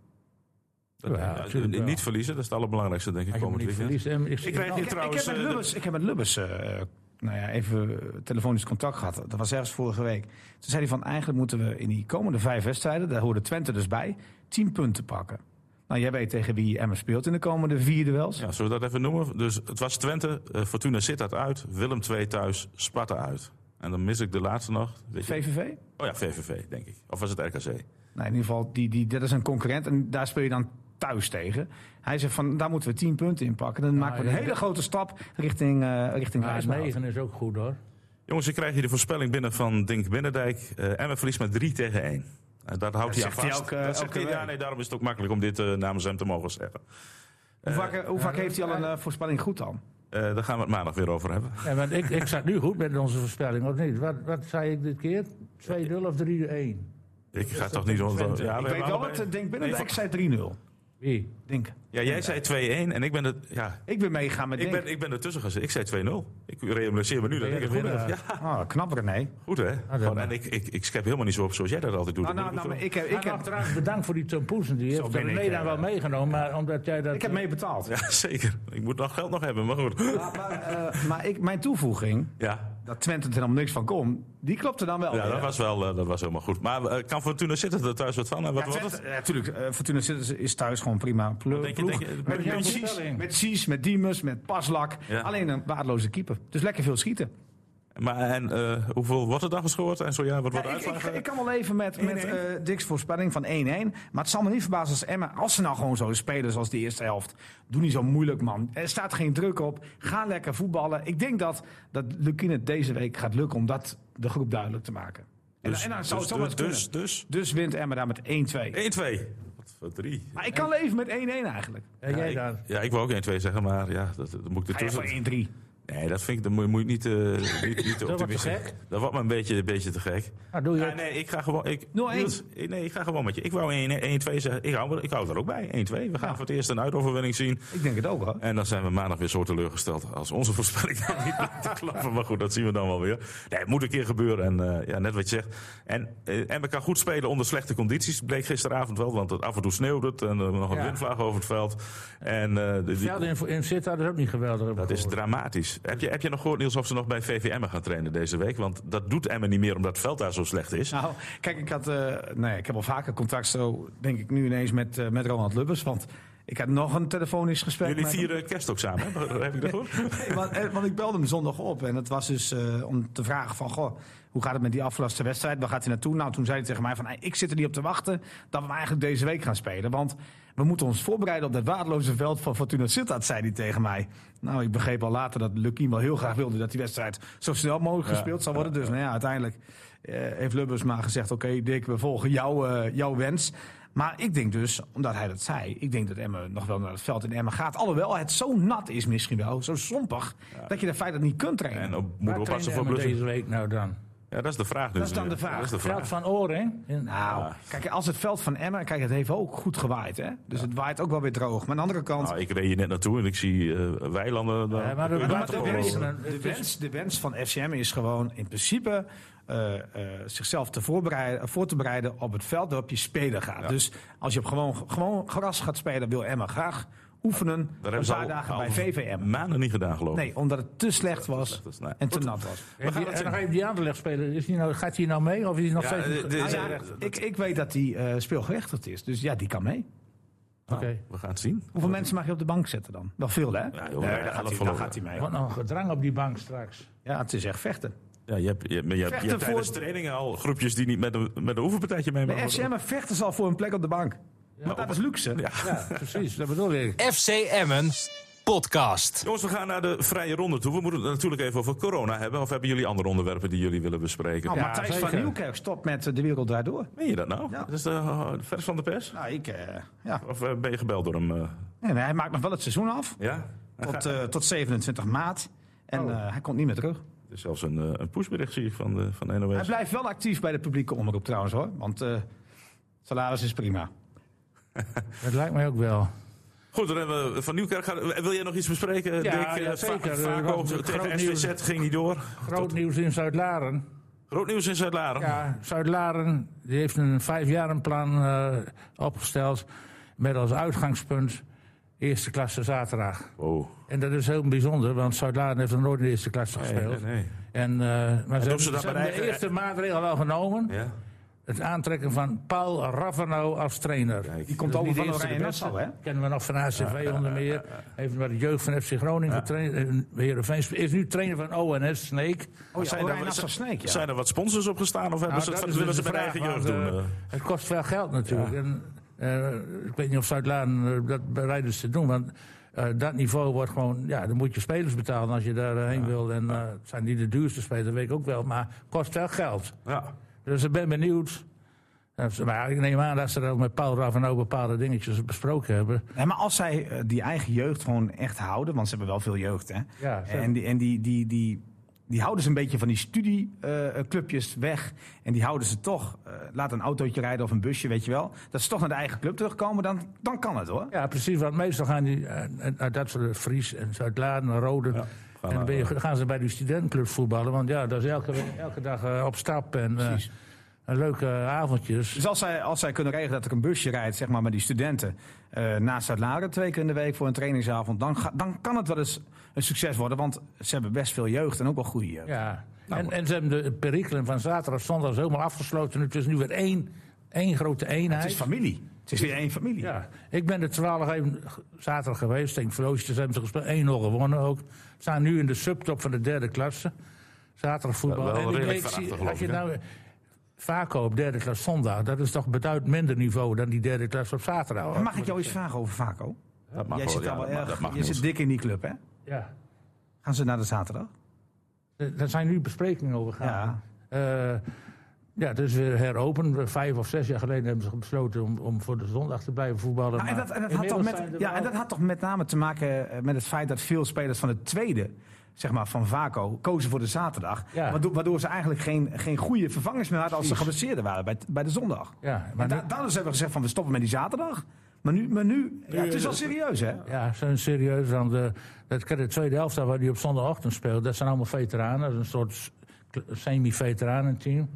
[SPEAKER 2] Dat-
[SPEAKER 4] Ja,
[SPEAKER 2] ja, eh,
[SPEAKER 4] natuurlijk wel.
[SPEAKER 2] niet verliezen, dat is het allerbelangrijkste, denk ik,
[SPEAKER 4] Als je me
[SPEAKER 2] komend
[SPEAKER 4] niet
[SPEAKER 2] weekend.
[SPEAKER 4] verliest. en Ik,
[SPEAKER 2] Ik krijg hier
[SPEAKER 3] Ik, ik
[SPEAKER 2] trouwens...
[SPEAKER 3] heb met
[SPEAKER 2] eh, de-
[SPEAKER 3] Lubbers, ik heb met Lubbers eh, eh, nou ja, even eh, telefonisch contact gehad. Dat was ergens vorige week. Toen zei hij van eigenlijk moeten we in die komende vijf wedstrijden, daar hoorde Twente dus bij, tien punten pakken. Nou, jij weet tegen wie Emmen speelt in de komende vier duels.
[SPEAKER 2] Ja, zullen we dat even noemen? Dus het was Twente, eh, Fortuna Sittard uit, Willem II thuis, Sparta uit. En dan mis ik de laatste nog. Weet je-
[SPEAKER 3] VVV?
[SPEAKER 2] Oh ja, VVV, denk ik. Of was het RKC?
[SPEAKER 3] Nou, in ieder geval, die, die, dat is een concurrent en daar speel je dan thuis tegen. Hij zegt van, daar moeten we tien punten in pakken.
[SPEAKER 2] Nou,
[SPEAKER 3] Dan maken we een
[SPEAKER 4] ja,
[SPEAKER 3] hele
[SPEAKER 4] dat-
[SPEAKER 3] grote stap richting, eh richting
[SPEAKER 4] maar
[SPEAKER 3] Rijsmond.
[SPEAKER 4] 9 is ook goed hoor.
[SPEAKER 2] Jongens, ik krijg hier de voorspelling binnen van Dink Binnendijk. Eh en we verliezen met 3 tegen 1. En dat houdt hij aan
[SPEAKER 3] zegt hij eh,
[SPEAKER 2] vast.
[SPEAKER 3] elke-
[SPEAKER 2] dat zegt
[SPEAKER 3] elke
[SPEAKER 2] hij, ja,
[SPEAKER 3] week.
[SPEAKER 2] nee, daarom is het ook makkelijk om dit eh, namens hem te mogen zeggen.
[SPEAKER 3] Hoe vaak, eh, hoe vaak heeft hij al een eh, voorspelling goed dan?
[SPEAKER 2] Eh, daar gaan we het maandag weer over hebben.
[SPEAKER 4] Ja, want ik, ik zat nu goed met onze voorspelling, of niet? Wat, wat zei ik dit keer? 2-0 of 3-1?
[SPEAKER 2] Ik ga toch niet onder. Ja, we
[SPEAKER 3] Ik
[SPEAKER 2] hebben
[SPEAKER 3] weet wel
[SPEAKER 2] allebei-
[SPEAKER 3] wat eh, Denk Binnendijk
[SPEAKER 2] Nee,
[SPEAKER 3] zei 3-0.
[SPEAKER 4] Wie?
[SPEAKER 3] Denk.
[SPEAKER 2] Ja, jij zei 2-1 en ik ben het. Ja,
[SPEAKER 3] Ik ben meegegaan met
[SPEAKER 2] ik
[SPEAKER 3] Denk.
[SPEAKER 2] ben, ik ben ertussen gezet. Ik zei 2-0. Ik realiseer me nu dat ik het goed heb. Ja,
[SPEAKER 3] Ah, knap René.
[SPEAKER 2] goed hè. Gewoon, en ik, ik, ik schep helemaal niet zo op zoals jij dat altijd doet.
[SPEAKER 3] Ah, eh. Nou,
[SPEAKER 2] Dat
[SPEAKER 3] nou,
[SPEAKER 2] moet
[SPEAKER 3] nou,
[SPEAKER 2] ik
[SPEAKER 3] ik heb, ik
[SPEAKER 4] Ik heb
[SPEAKER 3] heb,
[SPEAKER 4] trouwens bedankt voor die tompoezen. Die heeft
[SPEAKER 3] ben ik,
[SPEAKER 4] René dan
[SPEAKER 3] eh,
[SPEAKER 4] wel meegenomen, maar omdat jij dat...
[SPEAKER 3] ik heb mee betaald.
[SPEAKER 2] wel- Ja, zeker. Ik moet nog geld nog hebben, maar goed.
[SPEAKER 3] Maar, maar, eh, maar ik, mijn toevoeging,
[SPEAKER 2] Ja,
[SPEAKER 3] dat Twente er helemaal niks van kon, die klopte dan wel.
[SPEAKER 2] Ja,
[SPEAKER 3] weer.
[SPEAKER 2] dat was wel eh, dat was helemaal goed. Maar eh, kan Fortuna zitten er thuis wat van? En wat
[SPEAKER 3] Ja,
[SPEAKER 2] wordt
[SPEAKER 3] Twente,
[SPEAKER 2] het?
[SPEAKER 3] ja, tuurlijk. eh, Fortuna Sittard is thuis gewoon prima plo-
[SPEAKER 2] denk je-
[SPEAKER 3] ploeg.
[SPEAKER 2] denk je-
[SPEAKER 3] met,
[SPEAKER 2] met jouw
[SPEAKER 3] met, Sies,
[SPEAKER 4] voorspelling?
[SPEAKER 3] met Sies, met Diemers, met Paslak.
[SPEAKER 2] Ja.
[SPEAKER 3] Alleen een waardeloze keeper. Dus lekker veel schieten.
[SPEAKER 2] Maar en eh, hoeveel wordt er dan gescoord? En zo ja, wat wordt
[SPEAKER 3] Ja,
[SPEAKER 2] de
[SPEAKER 3] ik, ik,
[SPEAKER 2] uitslag?
[SPEAKER 3] ik kan wel even met, met
[SPEAKER 2] 1-1.
[SPEAKER 3] eh, Dick's voorspelling van 1-1. Maar het zal me niet verbazen als Emma, als ze nou gewoon zo spelen zoals de eerste helft. Doe niet zo moeilijk, man. Er staat geen druk op. Ga lekker voetballen. Ik denk dat, dat Lukien het deze week gaat lukken om dat de groep duidelijk te maken. En,
[SPEAKER 2] Dus-
[SPEAKER 3] en dan zou
[SPEAKER 2] dus,
[SPEAKER 3] het zomaar
[SPEAKER 2] dus,
[SPEAKER 3] kunnen.
[SPEAKER 2] dus, dus
[SPEAKER 3] Dus wint Emma daar met 1-2.
[SPEAKER 2] 1-2. Wat voor 3?
[SPEAKER 3] Maar ik kan leven met 1-1 eigenlijk.
[SPEAKER 4] En jij
[SPEAKER 2] Ja,
[SPEAKER 4] dan?
[SPEAKER 2] ik, ja, ik wil ook 1-2 zeggen, maar ja, dat, dat moet ik
[SPEAKER 3] Ga je voor
[SPEAKER 2] ertussen.
[SPEAKER 3] 1-3.
[SPEAKER 2] Nee, dat vind ik, dat moet, moet je niet, eh niet, niet te
[SPEAKER 4] wordt te
[SPEAKER 2] optimistisch.
[SPEAKER 4] gek.
[SPEAKER 2] Dat wordt me een beetje, een beetje te gek.
[SPEAKER 4] Nou, doe je
[SPEAKER 2] Ja, nee, ik ga gewoon. Ik,
[SPEAKER 3] 0-1.
[SPEAKER 2] Niels, ik- nee, ik ga gewoon met je. Ik wou 1-2 zeggen. Ik hou, ik hou er ook bij. 1-2. We gaan voor het eerst een uitoverwinning zien.
[SPEAKER 3] Ik denk het ook hoor.
[SPEAKER 2] En dan zijn we maandag weer zo teleurgesteld als onze voorspelling dan niet blijkt te klappen. Maar goed, dat zien we dan wel weer. Nee, het moet een keer gebeuren. En eh, ja, net wat je zegt. En, eh, en we kan goed spelen onder slechte condities. Bleek gisteravond wel, want het af en toe sneeuwde het. En er nog een
[SPEAKER 4] Ja.
[SPEAKER 2] windvlaag over het veld. En eh, de- die-
[SPEAKER 4] Velden in, in Sittard is ook niet geweldig.
[SPEAKER 2] dat is dramatisch. precies. Heb je, heb je nog gehoord, Niels, of ze nog bij VVM gaan trainen deze week? Want dat doet Emmen niet meer omdat het veld daar zo slecht is.
[SPEAKER 3] Nou, kijk, ik had. eh, nee, ik heb al vaker contact, zo denk ik nu ineens met, eh, met Ronald Lubbers. Want ik had nog een telefonisch gesprek.
[SPEAKER 2] Jullie
[SPEAKER 3] met hem.
[SPEAKER 2] vieren kerst ook samen, hè? heb ik dat goed?
[SPEAKER 3] Nee, want, eh, want ik belde hem zondag op. En het was dus eh, om te vragen van... Goh, hoe gaat het met die afgelaste wedstrijd? Waar gaat hij naartoe? Nou, toen zei hij tegen mij van... "Hey, ik zit er niet op te wachten dat we hem eigenlijk deze week gaan spelen. Want we moeten ons voorbereiden op dat waardeloze veld van Fortuna Sittard, zei hij tegen mij. Nou, ik begreep al later dat Lukien wel heel graag wilde... dat die wedstrijd zo snel mogelijk gespeeld zou worden. Dus nou ja, uiteindelijk eh, heeft Lubbers maar gezegd... oké Dick, we volgen jouw, eh, jouw wens. Maar ik denk dus, omdat hij dat zei, ik denk dat Emmen nog wel naar het veld in Emmen gaat. Alhoewel het zo nat is misschien wel, zo sompig, dat je de feitelijk niet kunt trainen.
[SPEAKER 2] En op,
[SPEAKER 4] Waar
[SPEAKER 2] moet oppassen voor
[SPEAKER 4] trainde Emmen
[SPEAKER 2] blussen.
[SPEAKER 4] deze week nou dan?
[SPEAKER 2] Ja, dat is de vraag dus.
[SPEAKER 3] is dan de vraag.
[SPEAKER 2] Dat is de
[SPEAKER 4] Veld
[SPEAKER 2] vraag.
[SPEAKER 4] van Oren. hè? In-
[SPEAKER 3] nou,
[SPEAKER 2] Ja.
[SPEAKER 3] kijk, als het veld van Emmen, kijk, het heeft ook goed gewaaid, hè? Dus het waait ook wel weer droog. Maar aan de andere kant,
[SPEAKER 2] Nou, ik reed hier net naartoe en ik zie eh weilanden. daar-
[SPEAKER 4] Ja, maar dat-
[SPEAKER 2] daar kun je
[SPEAKER 4] maar
[SPEAKER 3] de,
[SPEAKER 4] dat-
[SPEAKER 2] waterpolo
[SPEAKER 4] dat-
[SPEAKER 3] wens,
[SPEAKER 2] over.
[SPEAKER 4] dat-
[SPEAKER 3] de, wens, de wens van FCM is gewoon in principe eh, eh, zichzelf te voorbereiden, eh, voor te bereiden op het veld waarop je spelen gaat. Dus als je op gewoon, gewoon gras gaat spelen, wil Emmen graag oefenen
[SPEAKER 2] Daar
[SPEAKER 3] een
[SPEAKER 2] hebben ze
[SPEAKER 3] paar
[SPEAKER 2] al,
[SPEAKER 3] dagen
[SPEAKER 2] al
[SPEAKER 3] bij VVM.
[SPEAKER 2] maanden niet gedaan, geloof ik.
[SPEAKER 3] Nee, omdat het te slecht was
[SPEAKER 2] slecht is, nee.
[SPEAKER 3] en te nat was. eh,
[SPEAKER 4] En, die, en nog even die aanleg spelen. Is die nou, gaat hij nou mee? Of is hij nog
[SPEAKER 2] Ja,
[SPEAKER 4] steeds...
[SPEAKER 2] eh,
[SPEAKER 4] niet-
[SPEAKER 2] dit
[SPEAKER 4] Ah,
[SPEAKER 2] is-
[SPEAKER 4] ja.
[SPEAKER 2] eh,
[SPEAKER 4] Oké.
[SPEAKER 3] Ik, ik weet dat hij eh, speelgerechtigd is, dus ja, die kan mee.
[SPEAKER 2] We gaan het zien.
[SPEAKER 3] Hoeveel mensen mag je op de bank zetten dan? Wel veel, hè?
[SPEAKER 2] joh,
[SPEAKER 3] Nee,
[SPEAKER 2] hij
[SPEAKER 3] daar
[SPEAKER 2] gaat
[SPEAKER 3] gaat,
[SPEAKER 2] het
[SPEAKER 3] hij, daar
[SPEAKER 2] verloren.
[SPEAKER 3] gaat hij mee.
[SPEAKER 4] Wat een gedrang op die bank straks.
[SPEAKER 3] Ja, het is echt vechten.
[SPEAKER 2] Ja, je hebt, je, hebt- maar je hebt- je
[SPEAKER 3] Vechten
[SPEAKER 2] hebt tijdens
[SPEAKER 3] voor-
[SPEAKER 2] trainingen al groepjes die niet met een, met een oefenpartijtje mee
[SPEAKER 3] Bij
[SPEAKER 2] mogen
[SPEAKER 3] FCM vechten ze al voor een plek op de bank. maar dat is luxe.
[SPEAKER 4] Ja, precies. Dat bedoel ik.
[SPEAKER 1] FC Emmen podcast.
[SPEAKER 2] Jongens, we gaan naar de vrije ronde toe. We moeten het natuurlijk even over corona hebben. Of hebben jullie andere onderwerpen die jullie willen bespreken?
[SPEAKER 3] Nou,
[SPEAKER 2] Ja.
[SPEAKER 3] Matthijs van
[SPEAKER 4] zeker.
[SPEAKER 3] Nieuwkerk stopt met eh, De Wereld Draait Door.
[SPEAKER 2] Meen je dat nou?
[SPEAKER 3] Ja.
[SPEAKER 2] Dat is de vers van de pers?
[SPEAKER 3] Nou, ik, eh, ja.
[SPEAKER 2] Of eh, ben je gebeld door hem? eh?
[SPEAKER 3] Nee, nee, hij maakt nog wel het seizoen af.
[SPEAKER 2] ja? Hij
[SPEAKER 3] Tot,
[SPEAKER 2] gaat-
[SPEAKER 3] eh, tot 27 maart. En eh, hij komt niet meer terug.
[SPEAKER 2] er is zelfs een, eh, een pushbericht, zie ik, van de, van de
[SPEAKER 3] Hij
[SPEAKER 2] NOS.
[SPEAKER 3] blijft wel actief bij de publieke omroep trouwens hoor. Want eh, salaris is prima.
[SPEAKER 4] Dat lijkt mij ook wel.
[SPEAKER 2] Goed, dan hebben we Van Nieuwkerk. Ga- Wil jij nog iets bespreken, Dick?
[SPEAKER 4] ja,
[SPEAKER 2] Eh, Va-
[SPEAKER 4] zeker. Eh,
[SPEAKER 2] Vaco
[SPEAKER 4] want het groot
[SPEAKER 2] tegen
[SPEAKER 4] nieuws-
[SPEAKER 2] SVZ ging niet door.
[SPEAKER 4] Groot nieuws in Zuid-Laren.
[SPEAKER 2] Groot nieuws in Zuid-Laren.
[SPEAKER 4] Ja, Zuid-Laren die heeft een vijfjarenplan eh, opgesteld. Met als uitgangspunt eerste klasse zaterdag.
[SPEAKER 2] Oh.
[SPEAKER 4] En dat is heel bijzonder, want Zuid-Laren heeft nog nooit in de eerste klasse gespeeld.
[SPEAKER 2] nee, nee.
[SPEAKER 4] En, eh, maar ze,
[SPEAKER 2] dat
[SPEAKER 4] hebben, ze hebben
[SPEAKER 2] bereiken-
[SPEAKER 4] de eerste maatregel al genomen.
[SPEAKER 2] Ja.
[SPEAKER 4] Het aantrekken van Paul Ravenau als trainer.
[SPEAKER 3] Die komt
[SPEAKER 4] Dat
[SPEAKER 3] over
[SPEAKER 4] is niet de
[SPEAKER 3] van
[SPEAKER 4] eerste, de
[SPEAKER 3] Oranje
[SPEAKER 4] beste.
[SPEAKER 3] Nassau hè?
[SPEAKER 4] Kennen we nog van ACV onder meer. Heeft bij de jeugd van FC Groningen getraind. eh, Heerenveen sp- Is nu trainer van ONS, Sneek.
[SPEAKER 3] Oh ja,
[SPEAKER 2] Zijn
[SPEAKER 3] Oranje
[SPEAKER 2] daar-
[SPEAKER 3] Nassau Sneek ja.
[SPEAKER 2] Zijn er wat sponsors opgestaan of hebben
[SPEAKER 4] Nou,
[SPEAKER 2] ze het
[SPEAKER 4] dat
[SPEAKER 2] van,
[SPEAKER 4] is
[SPEAKER 2] willen
[SPEAKER 4] dus
[SPEAKER 2] ze
[SPEAKER 4] de
[SPEAKER 2] bij de
[SPEAKER 4] vraag,
[SPEAKER 2] eigen jeugd
[SPEAKER 4] want,
[SPEAKER 2] doen?
[SPEAKER 4] eh,
[SPEAKER 2] eh?
[SPEAKER 4] Het kost veel geld natuurlijk. En, eh, ik weet niet of Zuid-Laan eh, dat bereid is te doen. Want eh, dat niveau wordt gewoon... Ja, dan moet je spelers betalen als je daarheen wil. En eh, het zijn niet de duurste spelers, dat weet ik ook wel. Maar het kost veel geld.
[SPEAKER 2] ja.
[SPEAKER 4] Dus ik ben benieuwd. Eh, ze- Maar ik neem aan dat ze dat ook met Paul Ravenau bepaalde dingetjes besproken hebben.
[SPEAKER 3] Nee, maar als zij eh, die eigen jeugd gewoon echt houden, want ze hebben wel veel jeugd, hè?
[SPEAKER 4] Ja, ze-
[SPEAKER 3] en die, en die, die, die, die houden ze een beetje van die studieclubjes weg. En die houden ze toch, eh, laat een autootje rijden of een busje, weet je wel. Dat ze toch naar de eigen club terugkomen, dan, dan kan het hoor.
[SPEAKER 4] Ja, precies. Want meestal gaan die eh, en- uit dat soort Fries en Zuid-Laden en Rode. en dan ben je- gaan ze bij die studentenclub voetballen. Want ja, dat is elke, elke dag eh, op stap en, eh, en leuke eh, avondjes.
[SPEAKER 3] Dus als zij, als zij kunnen regelen dat er een busje rijdt, zeg maar, met die studenten eh naast Zuid-Laren twee keer in de week voor een trainingsavond, dan, ga- dan kan het wel eens een succes worden. Want ze hebben best veel jeugd en ook wel goede jeugd.
[SPEAKER 4] Ja.
[SPEAKER 3] Nou,
[SPEAKER 4] En, en ze hebben de perikelen van zaterdag zondag is helemaal afgesloten. Het is nu weer één, één grote eenheid.
[SPEAKER 3] Het is familie. Het is weer één familie.
[SPEAKER 4] Ja, ik ben er toevallig even g- zaterdag geweest. Tegen Veloosjes hebben ze gespeeld. 1-0 gewonnen ook. Ze staan nu in de subtop van de derde klasse. Zaterdag voetbal.
[SPEAKER 2] Wel- wel
[SPEAKER 4] En ik
[SPEAKER 2] redelijk
[SPEAKER 4] weet-
[SPEAKER 2] van achter,
[SPEAKER 4] zie-
[SPEAKER 2] geloof
[SPEAKER 4] als je
[SPEAKER 2] ik, hè?
[SPEAKER 4] nou eh, Vaco op derde klas zondag, dat is toch beduidend minder niveau dan die derde klas op zaterdag.
[SPEAKER 3] Oh, Mag ik jou iets vragen over Vaco?
[SPEAKER 2] Dat mag
[SPEAKER 3] Jij
[SPEAKER 2] wel,
[SPEAKER 3] zit
[SPEAKER 2] ja,
[SPEAKER 3] al wel
[SPEAKER 2] dat mag-
[SPEAKER 3] erg-
[SPEAKER 2] dat mag,
[SPEAKER 3] je zit
[SPEAKER 2] Niels.
[SPEAKER 3] dik in die club, hè?
[SPEAKER 4] Ja.
[SPEAKER 3] Gaan ze naar de zaterdag?
[SPEAKER 4] Eh, Daar zijn nu besprekingen over gaan. Ja. ja, het is weer heropend. Vijf of zes jaar geleden hebben ze besloten om, om voor de zondag te blijven voetballen.
[SPEAKER 3] Ah, en,
[SPEAKER 4] maar
[SPEAKER 3] dat, en, dat had toch
[SPEAKER 4] inmiddels
[SPEAKER 3] met,
[SPEAKER 4] zijn er
[SPEAKER 3] ja,
[SPEAKER 4] wel-
[SPEAKER 3] en dat had toch met name te maken eh, met het feit dat veel spelers van het tweede, zeg maar van Vaco, kozen voor de zaterdag.
[SPEAKER 4] Ja.
[SPEAKER 3] Waardoor, waardoor ze eigenlijk geen, geen goede vervangers meer hadden als ze geblesseerden waren bij, bij de zondag.
[SPEAKER 4] Ja,
[SPEAKER 3] Maar
[SPEAKER 4] maar nu-
[SPEAKER 3] daardoor hebben we gezegd van we stoppen met die zaterdag. Maar nu, maar nu ja, het is wel serieus, hè?
[SPEAKER 4] Ja, zijn serieus. Want de, dat, de tweede helft daar waar die op zondagochtend speelt, dat zijn allemaal veteranen. Dat is een soort s- kle- semi-veteranenteam.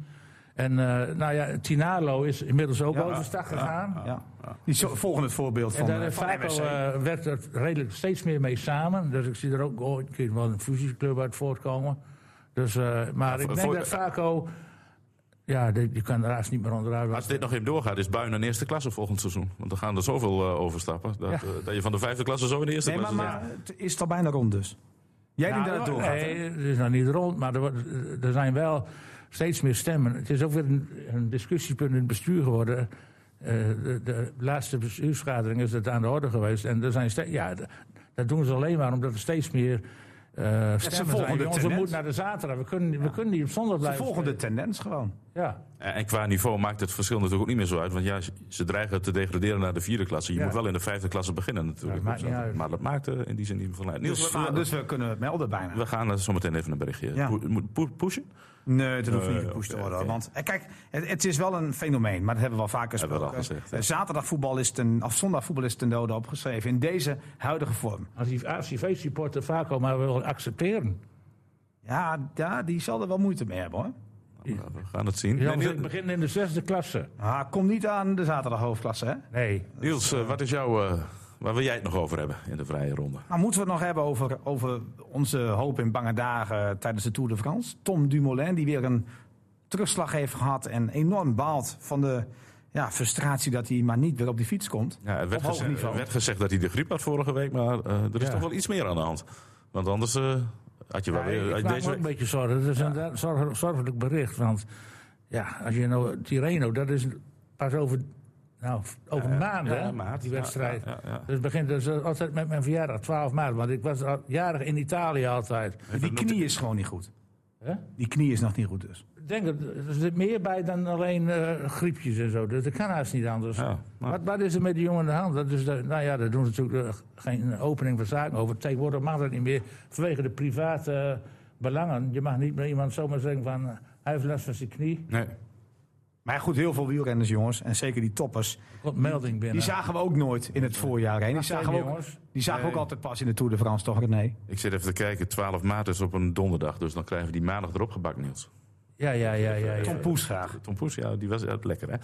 [SPEAKER 4] En eh, nou ja, Tinalo is inmiddels ook over stag gegaan.
[SPEAKER 3] Ja. Die zo- volgende voorbeeld
[SPEAKER 4] En
[SPEAKER 3] van,
[SPEAKER 4] daar
[SPEAKER 3] eh,
[SPEAKER 4] heeft
[SPEAKER 3] van
[SPEAKER 4] Vaco
[SPEAKER 3] MSC.
[SPEAKER 4] eh, werkt er redelijk steeds meer mee samen. Dus ik zie er ook ooit een keer wel een fusieclub uit voortkomen. Dus, eh, maar ik
[SPEAKER 2] voor-
[SPEAKER 4] denk
[SPEAKER 2] voor-
[SPEAKER 4] dat Vaco... Ja, die, die kan er haast niet meer onderuit.
[SPEAKER 2] Als dit nog even doorgaat, is Buin een eerste klasse volgend seizoen. Want er gaan er zoveel eh, overstappen. Dat,
[SPEAKER 4] Ja.
[SPEAKER 2] eh, dat je van de vijfde klasse zo in de eerste
[SPEAKER 3] Nee, maar,
[SPEAKER 2] klasse
[SPEAKER 3] maar het is al bijna rond dus. Jij
[SPEAKER 4] Nou,
[SPEAKER 3] denkt dat het doorgaat? hè?
[SPEAKER 4] Nee, het is nog niet rond, maar er, wordt- er zijn wel steeds meer stemmen. Het is ook weer een, een discussiepunt in het bestuur geworden. Eh, de, de laatste bestuursvergadering is het aan de orde geweest. En er zijn ste- ja, d- dat doen ze alleen maar omdat er steeds meer eh stemmen
[SPEAKER 3] volgen
[SPEAKER 4] zijn.
[SPEAKER 3] de
[SPEAKER 4] Jongens, we
[SPEAKER 3] tendens.
[SPEAKER 4] moeten naar de zaterdag. We kunnen, we kunnen niet op zondag
[SPEAKER 3] De
[SPEAKER 4] blijven.
[SPEAKER 3] volgende tendens gewoon.
[SPEAKER 4] Ja.
[SPEAKER 2] En Eh, en qua niveau maakt het verschil natuurlijk ook niet meer zo uit. Want ja, ze- ze dreigen te degraderen naar de vierde klasse. Je
[SPEAKER 4] Ja.
[SPEAKER 2] moet wel in de vijfde klasse beginnen natuurlijk.
[SPEAKER 4] Ja, dat maakt niet
[SPEAKER 2] Dus
[SPEAKER 4] uit.
[SPEAKER 2] Maar dat maakt eh, in die zin niet meer van uit. Niels,
[SPEAKER 3] Dus,
[SPEAKER 2] we,
[SPEAKER 3] we, dus we kunnen het melden bijna.
[SPEAKER 2] we gaan eh, zometeen even een berichtje
[SPEAKER 3] Ja.
[SPEAKER 2] po- moet po- pushen.
[SPEAKER 3] Nee, dat hoeft niet
[SPEAKER 2] Eh,
[SPEAKER 3] gepusht te
[SPEAKER 2] oké,
[SPEAKER 3] worden. hoor.
[SPEAKER 2] oké.
[SPEAKER 3] Want eh, kijk, het, het is wel een fenomeen, maar dat hebben we al vaker
[SPEAKER 2] Hebben we
[SPEAKER 3] gesproken.
[SPEAKER 2] al gezegd, ja.
[SPEAKER 3] Eh, Zaterdag voetbal is ten, of zondag voetbal is ten dode opgeschreven in deze huidige vorm.
[SPEAKER 4] Als die ACV-supporter Vaco maar wil accepteren.
[SPEAKER 3] Ja, ja, die zal er wel moeite mee hebben hoor.
[SPEAKER 2] Nou, We gaan het zien.
[SPEAKER 4] Ja,
[SPEAKER 2] Nee,
[SPEAKER 4] we
[SPEAKER 2] Niels,
[SPEAKER 4] beginnen in de zesde klasse.
[SPEAKER 3] Ah, kom niet aan de zaterdag hoofdklasse hè.
[SPEAKER 4] Nee.
[SPEAKER 2] Niels, eh, wat is jouw... eh, waar wil jij het nog over hebben in de vrije ronde?
[SPEAKER 3] Maar Nou, moeten we het nog hebben over, over onze hoop in bange dagen tijdens de Tour de France? Tom Dumoulin, die weer een terugslag heeft gehad en enorm baalt van de ja, frustratie dat hij maar niet weer op die fiets komt.
[SPEAKER 2] Ja, er Eh, werd,
[SPEAKER 3] hoog
[SPEAKER 2] gezegd,
[SPEAKER 3] niveau.
[SPEAKER 2] er werd gezegd dat hij de griep had vorige week, maar eh, er is
[SPEAKER 4] Ja.
[SPEAKER 2] toch wel iets meer aan de hand. Want anders eh, had je wel
[SPEAKER 4] Ja,
[SPEAKER 2] weer...
[SPEAKER 4] ik
[SPEAKER 2] eh,
[SPEAKER 4] maak me
[SPEAKER 2] deze
[SPEAKER 4] ook een
[SPEAKER 2] week-
[SPEAKER 4] beetje zorgen. Het is een zorg- zorgelijk bericht. Want ja, als je nou Tireno, dat is pas over, nou, over maanden, hè,
[SPEAKER 2] maart,
[SPEAKER 4] die wedstrijd.
[SPEAKER 2] ja, ja, ja.
[SPEAKER 4] Dus het begint dus altijd met mijn verjaardag, 12 maart. Want ik was al jarig in Italië altijd.
[SPEAKER 3] Die knie is gewoon niet goed.
[SPEAKER 4] Hè?
[SPEAKER 3] Die knie is nog niet goed dus.
[SPEAKER 4] Ik denk, dat- er zit meer bij dan alleen eh, griepjes en zo. Dus dat kan haast niet anders.
[SPEAKER 2] Ja, maar-
[SPEAKER 4] wat, wat is er met die jongen aan de hand? Dat is de, nou ja, daar doen ze natuurlijk eh, geen opening van zaken over. Tegenwoordig mag dat niet meer vanwege de private eh, belangen. Je mag niet meer iemand zomaar zeggen van... eh, hij heeft last van zijn knie.
[SPEAKER 2] Nee.
[SPEAKER 3] Maar goed, heel veel wielrenners jongens en zeker die toppers,
[SPEAKER 4] Er komt melding binnen.
[SPEAKER 3] Die zagen we ook nooit in het voorjaar heen. Die
[SPEAKER 4] Wacht
[SPEAKER 3] zagen we
[SPEAKER 4] even,
[SPEAKER 3] ook,
[SPEAKER 4] jongens.
[SPEAKER 3] die zagen we ook altijd pas in de Tour de France, toch René?
[SPEAKER 2] Ik zit even te kijken, 12 maart is op een donderdag, dus dan krijgen we die maandag erop gebakt, Niels.
[SPEAKER 4] Ja, ja, ja. ja, ja.
[SPEAKER 3] Tom Poes graag.
[SPEAKER 2] Tom Poes, ja, die was ja, lekker, hè?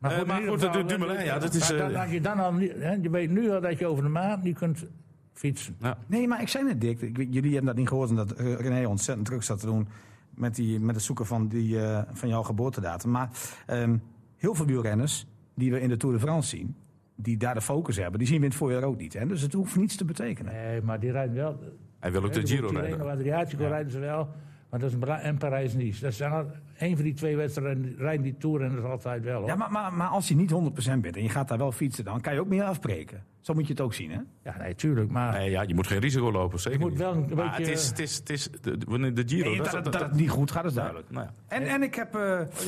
[SPEAKER 2] Eh,
[SPEAKER 4] in
[SPEAKER 2] maar
[SPEAKER 4] ieder
[SPEAKER 2] goed,
[SPEAKER 4] geval,
[SPEAKER 2] dat doet Dumoulin,
[SPEAKER 4] eh,
[SPEAKER 2] ja, dat is,
[SPEAKER 4] maar dan-
[SPEAKER 2] eh,
[SPEAKER 4] als je, dan al, niet- hè, je weet nu al dat je over de maand niet kunt fietsen.
[SPEAKER 3] Nee, maar ik zei net Dick, ik weet- jullie hebben dat niet gehoord omdat eh, René ontzettend druk zat te doen met, die, met het zoeken van, die, eh, van jouw geboortedatum. Maar ehm, heel veel wielrenners die we in de Tour de France zien, die daar de focus hebben, die zien we in het voorjaar ook niet. Hè? Dus het hoeft niets te betekenen.
[SPEAKER 4] Nee, maar die rijdt wel...
[SPEAKER 2] Hij wil ook de Giro
[SPEAKER 4] Tirreno,
[SPEAKER 2] rijden.
[SPEAKER 4] Adriatico rijden ze wel. Maar dat is een bela- en Parijs-Nice. Dat zijn al één van die twee wedstrijden. Rijden die Tour en dat is altijd wel. Hoor.
[SPEAKER 3] Ja,
[SPEAKER 4] Ja,
[SPEAKER 3] maar, maar, maar als je niet 100% bent en je gaat daar wel fietsen, dan kan je ook meer afbreken. Zo moet je het ook zien, hè?
[SPEAKER 4] nee, tuurlijk. Maar
[SPEAKER 2] Nee, Eh, ja, je moet geen risico lopen, zeker
[SPEAKER 4] je moet
[SPEAKER 2] niet.
[SPEAKER 4] wel een
[SPEAKER 2] Maar het
[SPEAKER 4] beetje...
[SPEAKER 2] is, het is, het is de, de, de Giro.
[SPEAKER 3] Nee,
[SPEAKER 2] dat-
[SPEAKER 3] dat, dat,
[SPEAKER 2] dat-
[SPEAKER 3] het niet goed gaat, is duidelijk.
[SPEAKER 2] nou ja.
[SPEAKER 3] En, en ik heb. eh,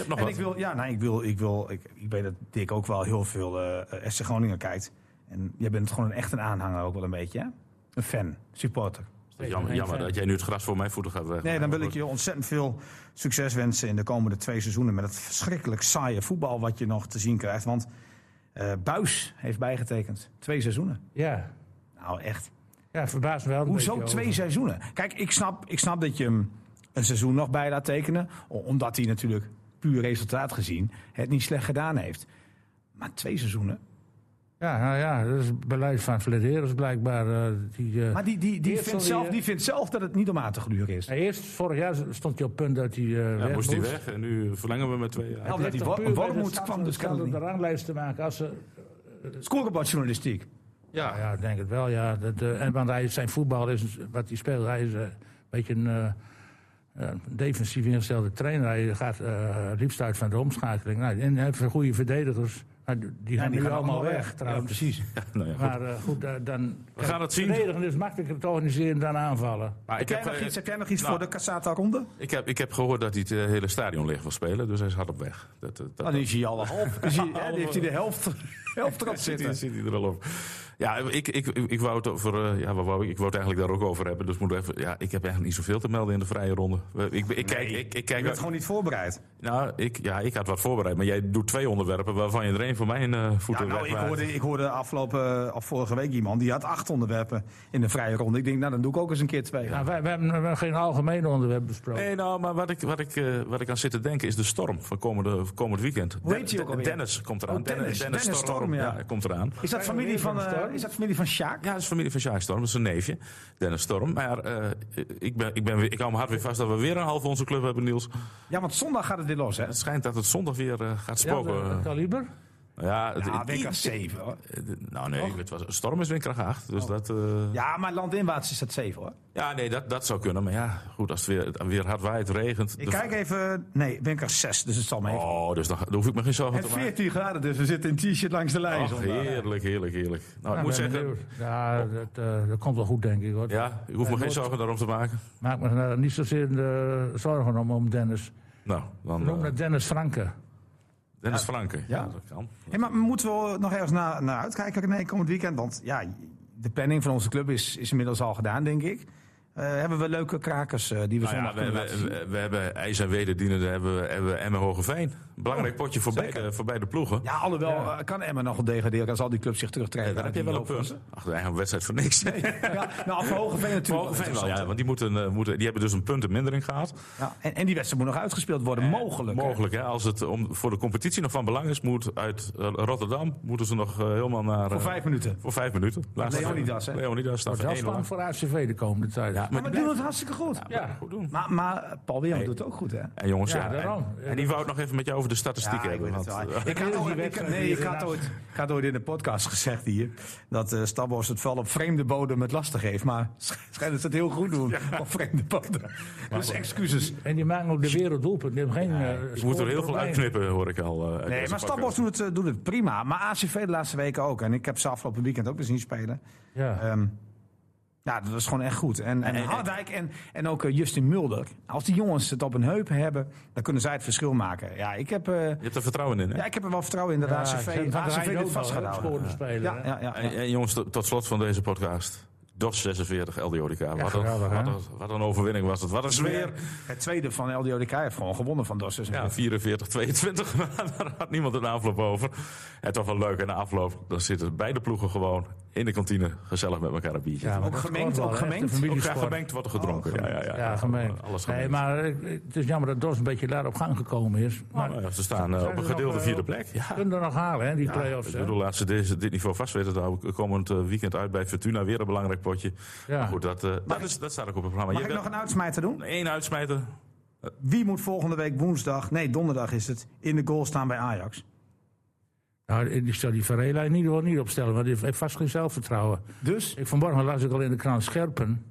[SPEAKER 2] nog
[SPEAKER 3] en
[SPEAKER 2] wat.
[SPEAKER 3] ik wil. Ja, nee, ik wil. Ik, wil ik, ik weet dat Dick ook wel heel veel eh SC Groningen kijkt. En jij bent gewoon een, echt een aanhanger ook wel een beetje, hè? Een fan, supporter. Nou,
[SPEAKER 2] Jammer, jammer dat jij nu het gras voor mijn voeten gaat Nou, weg.
[SPEAKER 3] Nee, dan wil ik je ontzettend veel succes wensen in de komende twee seizoenen. met het verschrikkelijk saaie voetbal wat je nog te zien krijgt. Want eh Buis heeft bijgetekend. Twee seizoenen.
[SPEAKER 4] Ja.
[SPEAKER 3] Nou, echt.
[SPEAKER 4] ja, verbaast me wel een
[SPEAKER 3] Hoezo
[SPEAKER 4] beetje over.
[SPEAKER 3] twee seizoenen? Kijk, ik snap, ik snap dat je hem een seizoen nog bij laat tekenen. o- Omdat hij natuurlijk puur resultaat gezien het niet slecht gedaan heeft. Maar twee seizoenen.
[SPEAKER 4] Ja, nou ja, dat is het beleid van Flederis blijkbaar. eh, die, eh,
[SPEAKER 3] Maar die, die, die,
[SPEAKER 4] Eerst
[SPEAKER 3] vindt,
[SPEAKER 4] zal hij,
[SPEAKER 3] zelf,
[SPEAKER 4] eh,
[SPEAKER 3] die vindt zelf dat het niet om aan te gluren is.
[SPEAKER 4] nou, Eerst vorig jaar stond je op punt dat hij eh
[SPEAKER 2] Ja,
[SPEAKER 4] weg
[SPEAKER 2] moest hij
[SPEAKER 4] moest.
[SPEAKER 2] weg en nu verlengen we met twee jaar.
[SPEAKER 3] Ja, omdat die
[SPEAKER 4] Heeft toch
[SPEAKER 3] wo-
[SPEAKER 4] puur bij de
[SPEAKER 3] wormoed
[SPEAKER 4] stand-
[SPEAKER 3] kwam dus
[SPEAKER 4] stand op
[SPEAKER 3] kennelijk
[SPEAKER 4] de
[SPEAKER 3] niet.
[SPEAKER 4] ranglijst te maken. Als ze,
[SPEAKER 3] Scorebordjournalistiek.
[SPEAKER 4] ja. Ah, ja, ik denk het wel, ja. Dat, eh, en, want hij, zijn voetbal is wat hij speelt. Hij is eh, een beetje een eh, eh, defensief ingestelde trainer. Hij gaat eh, het liefst uit van de omschakeling. Nou, en hij heeft goede verdedigers. Nou, die- die gaan
[SPEAKER 3] die
[SPEAKER 4] nu
[SPEAKER 3] gaan
[SPEAKER 4] allemaal
[SPEAKER 3] allemaal
[SPEAKER 4] weg,
[SPEAKER 3] weg.
[SPEAKER 4] trouwens.
[SPEAKER 3] Ja,
[SPEAKER 4] precies.
[SPEAKER 2] Nou ja, goed.
[SPEAKER 4] Maar eh, goed, eh, dan... We
[SPEAKER 2] gaan het zien.
[SPEAKER 4] Verdedigen is makkelijker te organiseren dan aanvallen.
[SPEAKER 2] Maar ik
[SPEAKER 3] Heb
[SPEAKER 2] heb,
[SPEAKER 3] jij nog
[SPEAKER 2] eh,
[SPEAKER 3] iets, heb jij nog iets
[SPEAKER 2] nou,
[SPEAKER 3] voor de Cassata Ronde?
[SPEAKER 2] Ik heb, ik heb gehoord dat hij het eh, hele stadion leeg wil spelen, dus hij is hard op weg.
[SPEAKER 3] Oh,
[SPEAKER 2] Dat, dat, dat,
[SPEAKER 3] Dan is hij al half. Dan is hij- hè, dan heeft hij de helft, helft erop
[SPEAKER 2] zit, hij,
[SPEAKER 3] zitten.
[SPEAKER 2] zit hij er al op. Ja, ik, ik, ik, ik wou het over. eh, ja, wat wou ik? Ik wou het eigenlijk daar ook over hebben. Dus moet even. Ja, ik heb eigenlijk niet zoveel te melden in de vrije ronde. Eh, Ik, ik, kijk, ik, ik
[SPEAKER 3] Je
[SPEAKER 2] kijk.
[SPEAKER 3] bent gewoon niet voorbereid.
[SPEAKER 2] Nou, ik, ja, ik had wat voorbereid. Maar jij doet twee onderwerpen waarvan je er één voor mijn eh
[SPEAKER 3] Ja,
[SPEAKER 2] voeten
[SPEAKER 3] nou, ik
[SPEAKER 2] wegwaait.
[SPEAKER 3] hoorde, ik hoorde afgelopen, eh, of vorige week iemand die had acht onderwerpen in de vrije ronde. Ik denk, nou dan doe ik ook eens een keer twee.
[SPEAKER 4] Nou, wij, wij hebben, we hebben geen algemeen onderwerp besproken.
[SPEAKER 2] Nee, nou, maar wat ik, wat, ik, eh, wat ik aan zit te denken is de storm van komende, komend weekend.
[SPEAKER 3] Hoe heet die ook
[SPEAKER 2] Den-
[SPEAKER 3] alweer?
[SPEAKER 2] Dennis komt eraan.
[SPEAKER 3] Oh, Dennis. Dennis Storm, ja.
[SPEAKER 2] komt eraan.
[SPEAKER 3] Is dat familie van, eh, is dat familie van Sjaak?
[SPEAKER 2] Ja, dat is familie van Sjaak Storm, dat is een neefje, Dennis Storm. Maar eh, ik, ben, ik, ben, weer- ik hou me hard weer vast dat we weer een half onze club hebben, Niels.
[SPEAKER 3] Ja, want zondag gaat het weer los, hè?
[SPEAKER 2] Het schijnt dat het zondag weer eh, gaat spoken.
[SPEAKER 4] Ja,
[SPEAKER 2] Ja,
[SPEAKER 4] dat kaliber. Nou,
[SPEAKER 2] het,
[SPEAKER 3] Ja,
[SPEAKER 2] het-
[SPEAKER 3] WK 7 Ah, hoor.
[SPEAKER 2] het- nou nee, het was, Storm is windkracht 8,
[SPEAKER 3] Oh.
[SPEAKER 2] dus dat... eh,
[SPEAKER 3] Ja, maar landinwaarts is dat 7 hoor.
[SPEAKER 2] Ja, nee, dat, dat zou kunnen. Maar ja, goed, als het weer, weer hard waait, regent.
[SPEAKER 3] Ik
[SPEAKER 2] de-
[SPEAKER 3] kijk even. Nee, Winker 6, dus het zal mee.
[SPEAKER 2] Oh, dus dan, daar hoef ik me geen zorgen
[SPEAKER 3] het
[SPEAKER 2] te
[SPEAKER 3] 14 graden, dus we zitten in t-shirt langs de lijn.
[SPEAKER 2] maken. Ach,
[SPEAKER 3] zondag.
[SPEAKER 2] heerlijk, heerlijk, heerlijk. Nou, ik
[SPEAKER 4] Ik
[SPEAKER 2] moet
[SPEAKER 4] ben
[SPEAKER 2] zeggen,
[SPEAKER 4] benieuwd. Ja, dat, eh, dat komt wel goed, denk ik. Hoor.
[SPEAKER 2] ja, ik hoef me geen zorgen daarom te maken.
[SPEAKER 4] Maak me eh, niet zozeer eh, zorgen om, om Dennis.
[SPEAKER 2] Nou, dan
[SPEAKER 4] Noem
[SPEAKER 2] eh,
[SPEAKER 4] naar Dennis Franke.
[SPEAKER 2] Dennis Franke. Ja, dat kan.
[SPEAKER 3] Hey, maar moeten we nog ergens naar, naar uitkijken René, komend weekend? Want ja, de planning van onze club is, is inmiddels al gedaan, denk ik. Eh, hebben we leuke krakers eh, die we
[SPEAKER 2] Nou ja,
[SPEAKER 3] zondag
[SPEAKER 2] we,
[SPEAKER 3] kunnen
[SPEAKER 2] we,
[SPEAKER 3] laten zien?
[SPEAKER 2] we- we hebben IJs en Wederdiener, daar hebben we, hebben we Emmen Hogeveen. Belangrijk potje voor beide, voor beide ploegen.
[SPEAKER 3] Ja, alhoewel eh, kan Emma nog wel degraderen als al die clubs zich terugtrekken.
[SPEAKER 2] Ja, daar heb je wel een punt. Ach, eigenlijk een wedstrijd voor niks.
[SPEAKER 3] Ja, nou, voor Hogeveen natuurlijk.
[SPEAKER 2] Hogeveen wel, ja, want die, moeten, eh, moeten, die hebben dus een punt in mindering gehad.
[SPEAKER 3] Ja, en, en die wedstrijd moet nog uitgespeeld worden, mogelijk. hè?
[SPEAKER 2] Mogelijk, hè. Als het om, voor de competitie nog van belang is, moet uit eh, Rotterdam moeten ze nog eh, helemaal naar...
[SPEAKER 3] Voor
[SPEAKER 2] eh,
[SPEAKER 3] vijf minuten.
[SPEAKER 2] Voor vijf minuten. Laatste
[SPEAKER 3] Leonidas, hè?
[SPEAKER 2] Leonidas staat
[SPEAKER 4] Wordt wel
[SPEAKER 2] 1-0.
[SPEAKER 4] spannend voor ACV de komende tijd. Ja,
[SPEAKER 3] Maar, die doen het hartstikke goed.
[SPEAKER 4] ja.
[SPEAKER 2] Goed doen.
[SPEAKER 3] Maar, maar Paul Weerman doet het ook goed, hè?
[SPEAKER 2] En jongens,
[SPEAKER 4] Ja,
[SPEAKER 2] ja, en-
[SPEAKER 4] daarom.
[SPEAKER 2] En, die wou het nog even met jou over de statistieken
[SPEAKER 3] Ja, ik
[SPEAKER 2] hebben.
[SPEAKER 3] weet het
[SPEAKER 2] want,
[SPEAKER 3] wel.
[SPEAKER 2] eh,
[SPEAKER 3] Ik had ooit- ik- Nee, ik had ooit- ik had ooit in de podcast gezegd hier dat eh Stabos het val op vreemde bodem het lastig heeft. Maar schijnt dat ze het heel goed doen op vreemde bodem. Dus excuses.
[SPEAKER 4] En die maken ook de werelddoelpunt. Die hebben geen. eh,
[SPEAKER 2] ik moet er heel veel
[SPEAKER 4] scoreprobleem.
[SPEAKER 2] uitknippen, hoor ik al. eh, uit
[SPEAKER 3] Nee,
[SPEAKER 2] deze
[SPEAKER 3] maar Stabos
[SPEAKER 2] podcast.
[SPEAKER 3] doet het, eh, doet het prima. Maar ACV de laatste weken ook. En ik heb ze afgelopen weekend ook weer zien spelen.
[SPEAKER 4] Ja.
[SPEAKER 3] Ehm, ja, dat was gewoon echt goed. En, en Hardijk en, en ook eh, Justin Mulder. Als die jongens het op hun heupen hebben, dan kunnen zij het verschil maken. Ja, ik heb, eh,
[SPEAKER 2] Je hebt er vertrouwen in, hè?
[SPEAKER 3] ja, ik heb er wel vertrouwen in dat
[SPEAKER 4] Ja, ik
[SPEAKER 3] ACV,
[SPEAKER 4] vind Van
[SPEAKER 3] ACV
[SPEAKER 4] Rijn ook
[SPEAKER 3] dit
[SPEAKER 4] wel,
[SPEAKER 3] vast gaat
[SPEAKER 4] hè,
[SPEAKER 3] houden.
[SPEAKER 4] scorende speler,
[SPEAKER 3] Ja,
[SPEAKER 4] hè?
[SPEAKER 3] ja, ja,
[SPEAKER 2] En, en jongens, tot tot slot van deze podcast. DOS 46, LDODK. wat, een,
[SPEAKER 4] geweldig, hè?
[SPEAKER 2] wat, een, wat een overwinning was het. Wat een
[SPEAKER 3] Weer.
[SPEAKER 2] sfeer.
[SPEAKER 3] Het tweede van LDODK heeft gewoon gewonnen van DOS. Dus
[SPEAKER 2] Ja, 44, 22. maar Daar had niemand een afloop over. En toch wel leuk. En na afloop, dan zitten beide ploegen gewoon in de kantine. Gezellig met elkaar een biertje.
[SPEAKER 4] Ja,
[SPEAKER 2] Ja,
[SPEAKER 4] maar
[SPEAKER 3] Ook
[SPEAKER 4] dat
[SPEAKER 3] gemengd,
[SPEAKER 4] scoort wel,
[SPEAKER 3] ook
[SPEAKER 4] hè. Echt een
[SPEAKER 3] gemengd.
[SPEAKER 2] ook
[SPEAKER 4] familiesport.
[SPEAKER 2] graag gemengd wordt er gedronken. ja, ja, ja,
[SPEAKER 4] Ja, gemengd.
[SPEAKER 2] Alles gemengd.
[SPEAKER 4] Nee, maar eh, het is jammer dat DOS een beetje laat op gang gekomen is. Maar
[SPEAKER 2] Nou ja, ze staan eh, op een
[SPEAKER 4] er nog,
[SPEAKER 2] gedeelde
[SPEAKER 4] eh,
[SPEAKER 2] vierde plek. Ja.
[SPEAKER 4] kunnen we er nog halen, hè, die play-offs.
[SPEAKER 2] Ik
[SPEAKER 4] hè?
[SPEAKER 2] bedoel, laat ze deze, dit niveau vast weten te houden. Komend eh, weekend uit bij Fortuna, weer een belangrijk potje.
[SPEAKER 4] Ja.
[SPEAKER 2] Maar goed, dat, eh, dat, is, dat staat ook op het programma.
[SPEAKER 3] Mag
[SPEAKER 2] Je
[SPEAKER 3] ik nog
[SPEAKER 2] bent-
[SPEAKER 3] een uitsmijter doen?
[SPEAKER 2] één uitsmijter.
[SPEAKER 3] Wie moet volgende week woensdag, nee donderdag is het, in de goal staan bij Ajax?
[SPEAKER 4] Nou, ik zal die Varela in ieder geval niet opstellen, want die heeft vast geen zelfvertrouwen.
[SPEAKER 3] Dus?
[SPEAKER 4] Ik vanmorgen las ik al in de krant Scherpen.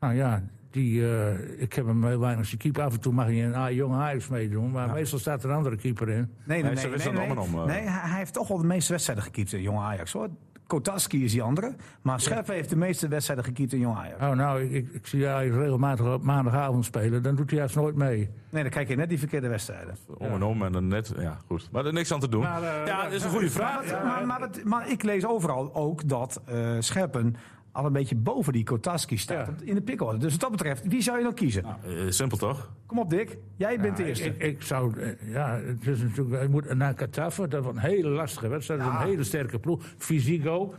[SPEAKER 4] Nou ja, die, eh, ik heb hem heel weinig zien keeper. Af en toe mag hij een A- jong Ajax meedoen, maar meestal staat er een andere keeper in.
[SPEAKER 3] Nee,
[SPEAKER 2] Nee, ze wisten het om en om, eh.
[SPEAKER 3] Nee, hij hij heeft toch wel de meeste wedstrijden gekiept in Jong Ajax hoor. Kotaski is die andere, maar Scherpen heeft de meeste wedstrijden gekiept in Jong Ajax.
[SPEAKER 4] Oh, nou, ik, ik, ik zie Ajax regelmatig op maandagavond spelen, dan doet hij juist nooit mee.
[SPEAKER 3] Nee, dan kijk je net die verkeerde wedstrijden.
[SPEAKER 2] Om en om en dan net. Ja, goed. Maar er niks aan te doen.
[SPEAKER 4] Maar, eh,
[SPEAKER 2] ja, dat is een goede vraag.
[SPEAKER 3] Maar, maar, dat- maar ik lees overal ook dat eh, Scherpen al een beetje boven die Kotaski staat
[SPEAKER 4] Ja. Nou.
[SPEAKER 3] in de pikorde. Dus wat dat betreft, wie zou je dan kiezen?
[SPEAKER 2] Eh, simpel toch?
[SPEAKER 3] Kom op Dick, jij bent de
[SPEAKER 4] Ik,
[SPEAKER 3] eerste.
[SPEAKER 4] ik, ik zou, eh, ja, het is natuurlijk, ik moet naar Katafa, dat was een hele lastige wedstrijd, dat is een hele sterke ploeg, fysiek ook.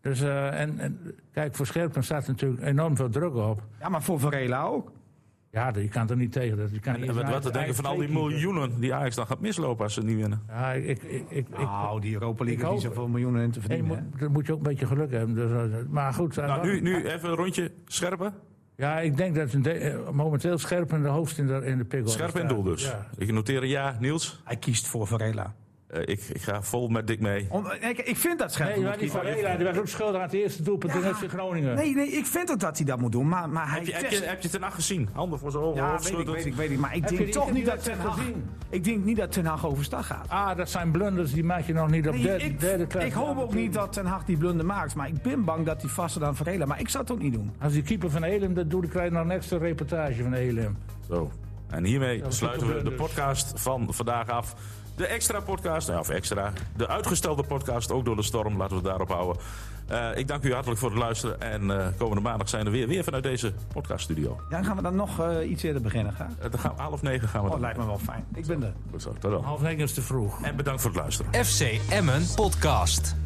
[SPEAKER 4] Dus, eh, en, en kijk, voor Scherpen staat natuurlijk enorm veel druk op.
[SPEAKER 3] Ja, maar voor Varela ook.
[SPEAKER 4] Ja, die kan er niet tegen. Dat die kan niet
[SPEAKER 2] En wat,
[SPEAKER 4] eens
[SPEAKER 2] wat te
[SPEAKER 4] naar-
[SPEAKER 2] denken van al die
[SPEAKER 4] eigenlijk twee
[SPEAKER 2] miljoenen die Ajax dan gaat mislopen als ze niet winnen.
[SPEAKER 4] keeper. Ja, ik, ik, ik, ik,
[SPEAKER 3] Nou, die Europa League
[SPEAKER 4] Ik
[SPEAKER 3] heeft niet
[SPEAKER 4] hoop-
[SPEAKER 3] zoveel miljoenen in te
[SPEAKER 4] nee, je
[SPEAKER 3] verdienen. hè?
[SPEAKER 4] moet, dan moet je ook een beetje geluk hebben. Dus, eh, maar goed, eh,
[SPEAKER 2] Nou,
[SPEAKER 4] wat-
[SPEAKER 2] nu, nu even een rondje scherpen.
[SPEAKER 4] ja, ik denk dat een de- eh, momenteel Scherpen de hoofd in de, in de pick
[SPEAKER 2] Scherp in doel dus.
[SPEAKER 4] Ja.
[SPEAKER 2] Ik noteer een ja, Niels.
[SPEAKER 3] Hij kiest voor Varela.
[SPEAKER 2] Eh, ik, ik ga vol met Dick mee.
[SPEAKER 3] Om- ik, ik vind dat
[SPEAKER 4] Nee,
[SPEAKER 3] Scherpen
[SPEAKER 4] maar
[SPEAKER 3] moet
[SPEAKER 4] die
[SPEAKER 3] kiezen.
[SPEAKER 4] Varela, die was ook schuldig aan het eerste doelpunt in
[SPEAKER 3] Ja.
[SPEAKER 4] FC Groningen.
[SPEAKER 3] Nee, nee, ik vind ook dat hij dat moet doen. Maar, maar hij
[SPEAKER 2] Heb je, heb,
[SPEAKER 3] test-
[SPEAKER 2] je, heb je het ten acht gezien? Handen voor zijn ogen.
[SPEAKER 3] Ja,
[SPEAKER 2] hoofd
[SPEAKER 3] weet ik,
[SPEAKER 2] schuddend.
[SPEAKER 3] weet ik, weet ik. Maar ik
[SPEAKER 4] Oh, Heb je
[SPEAKER 3] denk
[SPEAKER 4] die-
[SPEAKER 3] toch
[SPEAKER 4] heb je
[SPEAKER 3] niet
[SPEAKER 4] die
[SPEAKER 3] dat Ten
[SPEAKER 4] wedstrijd
[SPEAKER 3] Hag...
[SPEAKER 4] gezien?
[SPEAKER 3] Ik denk niet dat Ten Hag overstag gaat.
[SPEAKER 4] Ah, dat zijn blunders, die maak je nog niet op
[SPEAKER 3] Nee,
[SPEAKER 4] derde,
[SPEAKER 3] ik,
[SPEAKER 4] derde klas.
[SPEAKER 3] ik hoop ook niet dat Ten Hag die blunder maakt. Maar ik ben bang dat hij vaster dan Varela. Maar ik zou het ook niet doen.
[SPEAKER 4] Als die keeper van Elim dat doet, dan krijg je nog een extra reportage van Elim.
[SPEAKER 2] Zo. En hiermee
[SPEAKER 4] is
[SPEAKER 2] sluiten we de
[SPEAKER 4] superleuk dus.
[SPEAKER 2] podcast van vandaag af. De extra podcast, nou, of extra, de uitgestelde podcast, ook door de storm, laten we het daarop houden. Eh, ik dank u hartelijk voor het luisteren en eh, komende maandag zijn we weer, weer vanuit deze podcaststudio.
[SPEAKER 3] Ja, dan gaan we dan nog eh, iets eerder beginnen. Graag.
[SPEAKER 2] Eh, dan gaan we, half negen gaan we
[SPEAKER 3] Oh,
[SPEAKER 2] dan.
[SPEAKER 3] lijkt me wel fijn. Ik ben er.
[SPEAKER 2] Goed zo, tot dan.
[SPEAKER 4] Half negen is te vroeg.
[SPEAKER 2] En bedankt voor het luisteren.
[SPEAKER 1] FC Emmen podcast.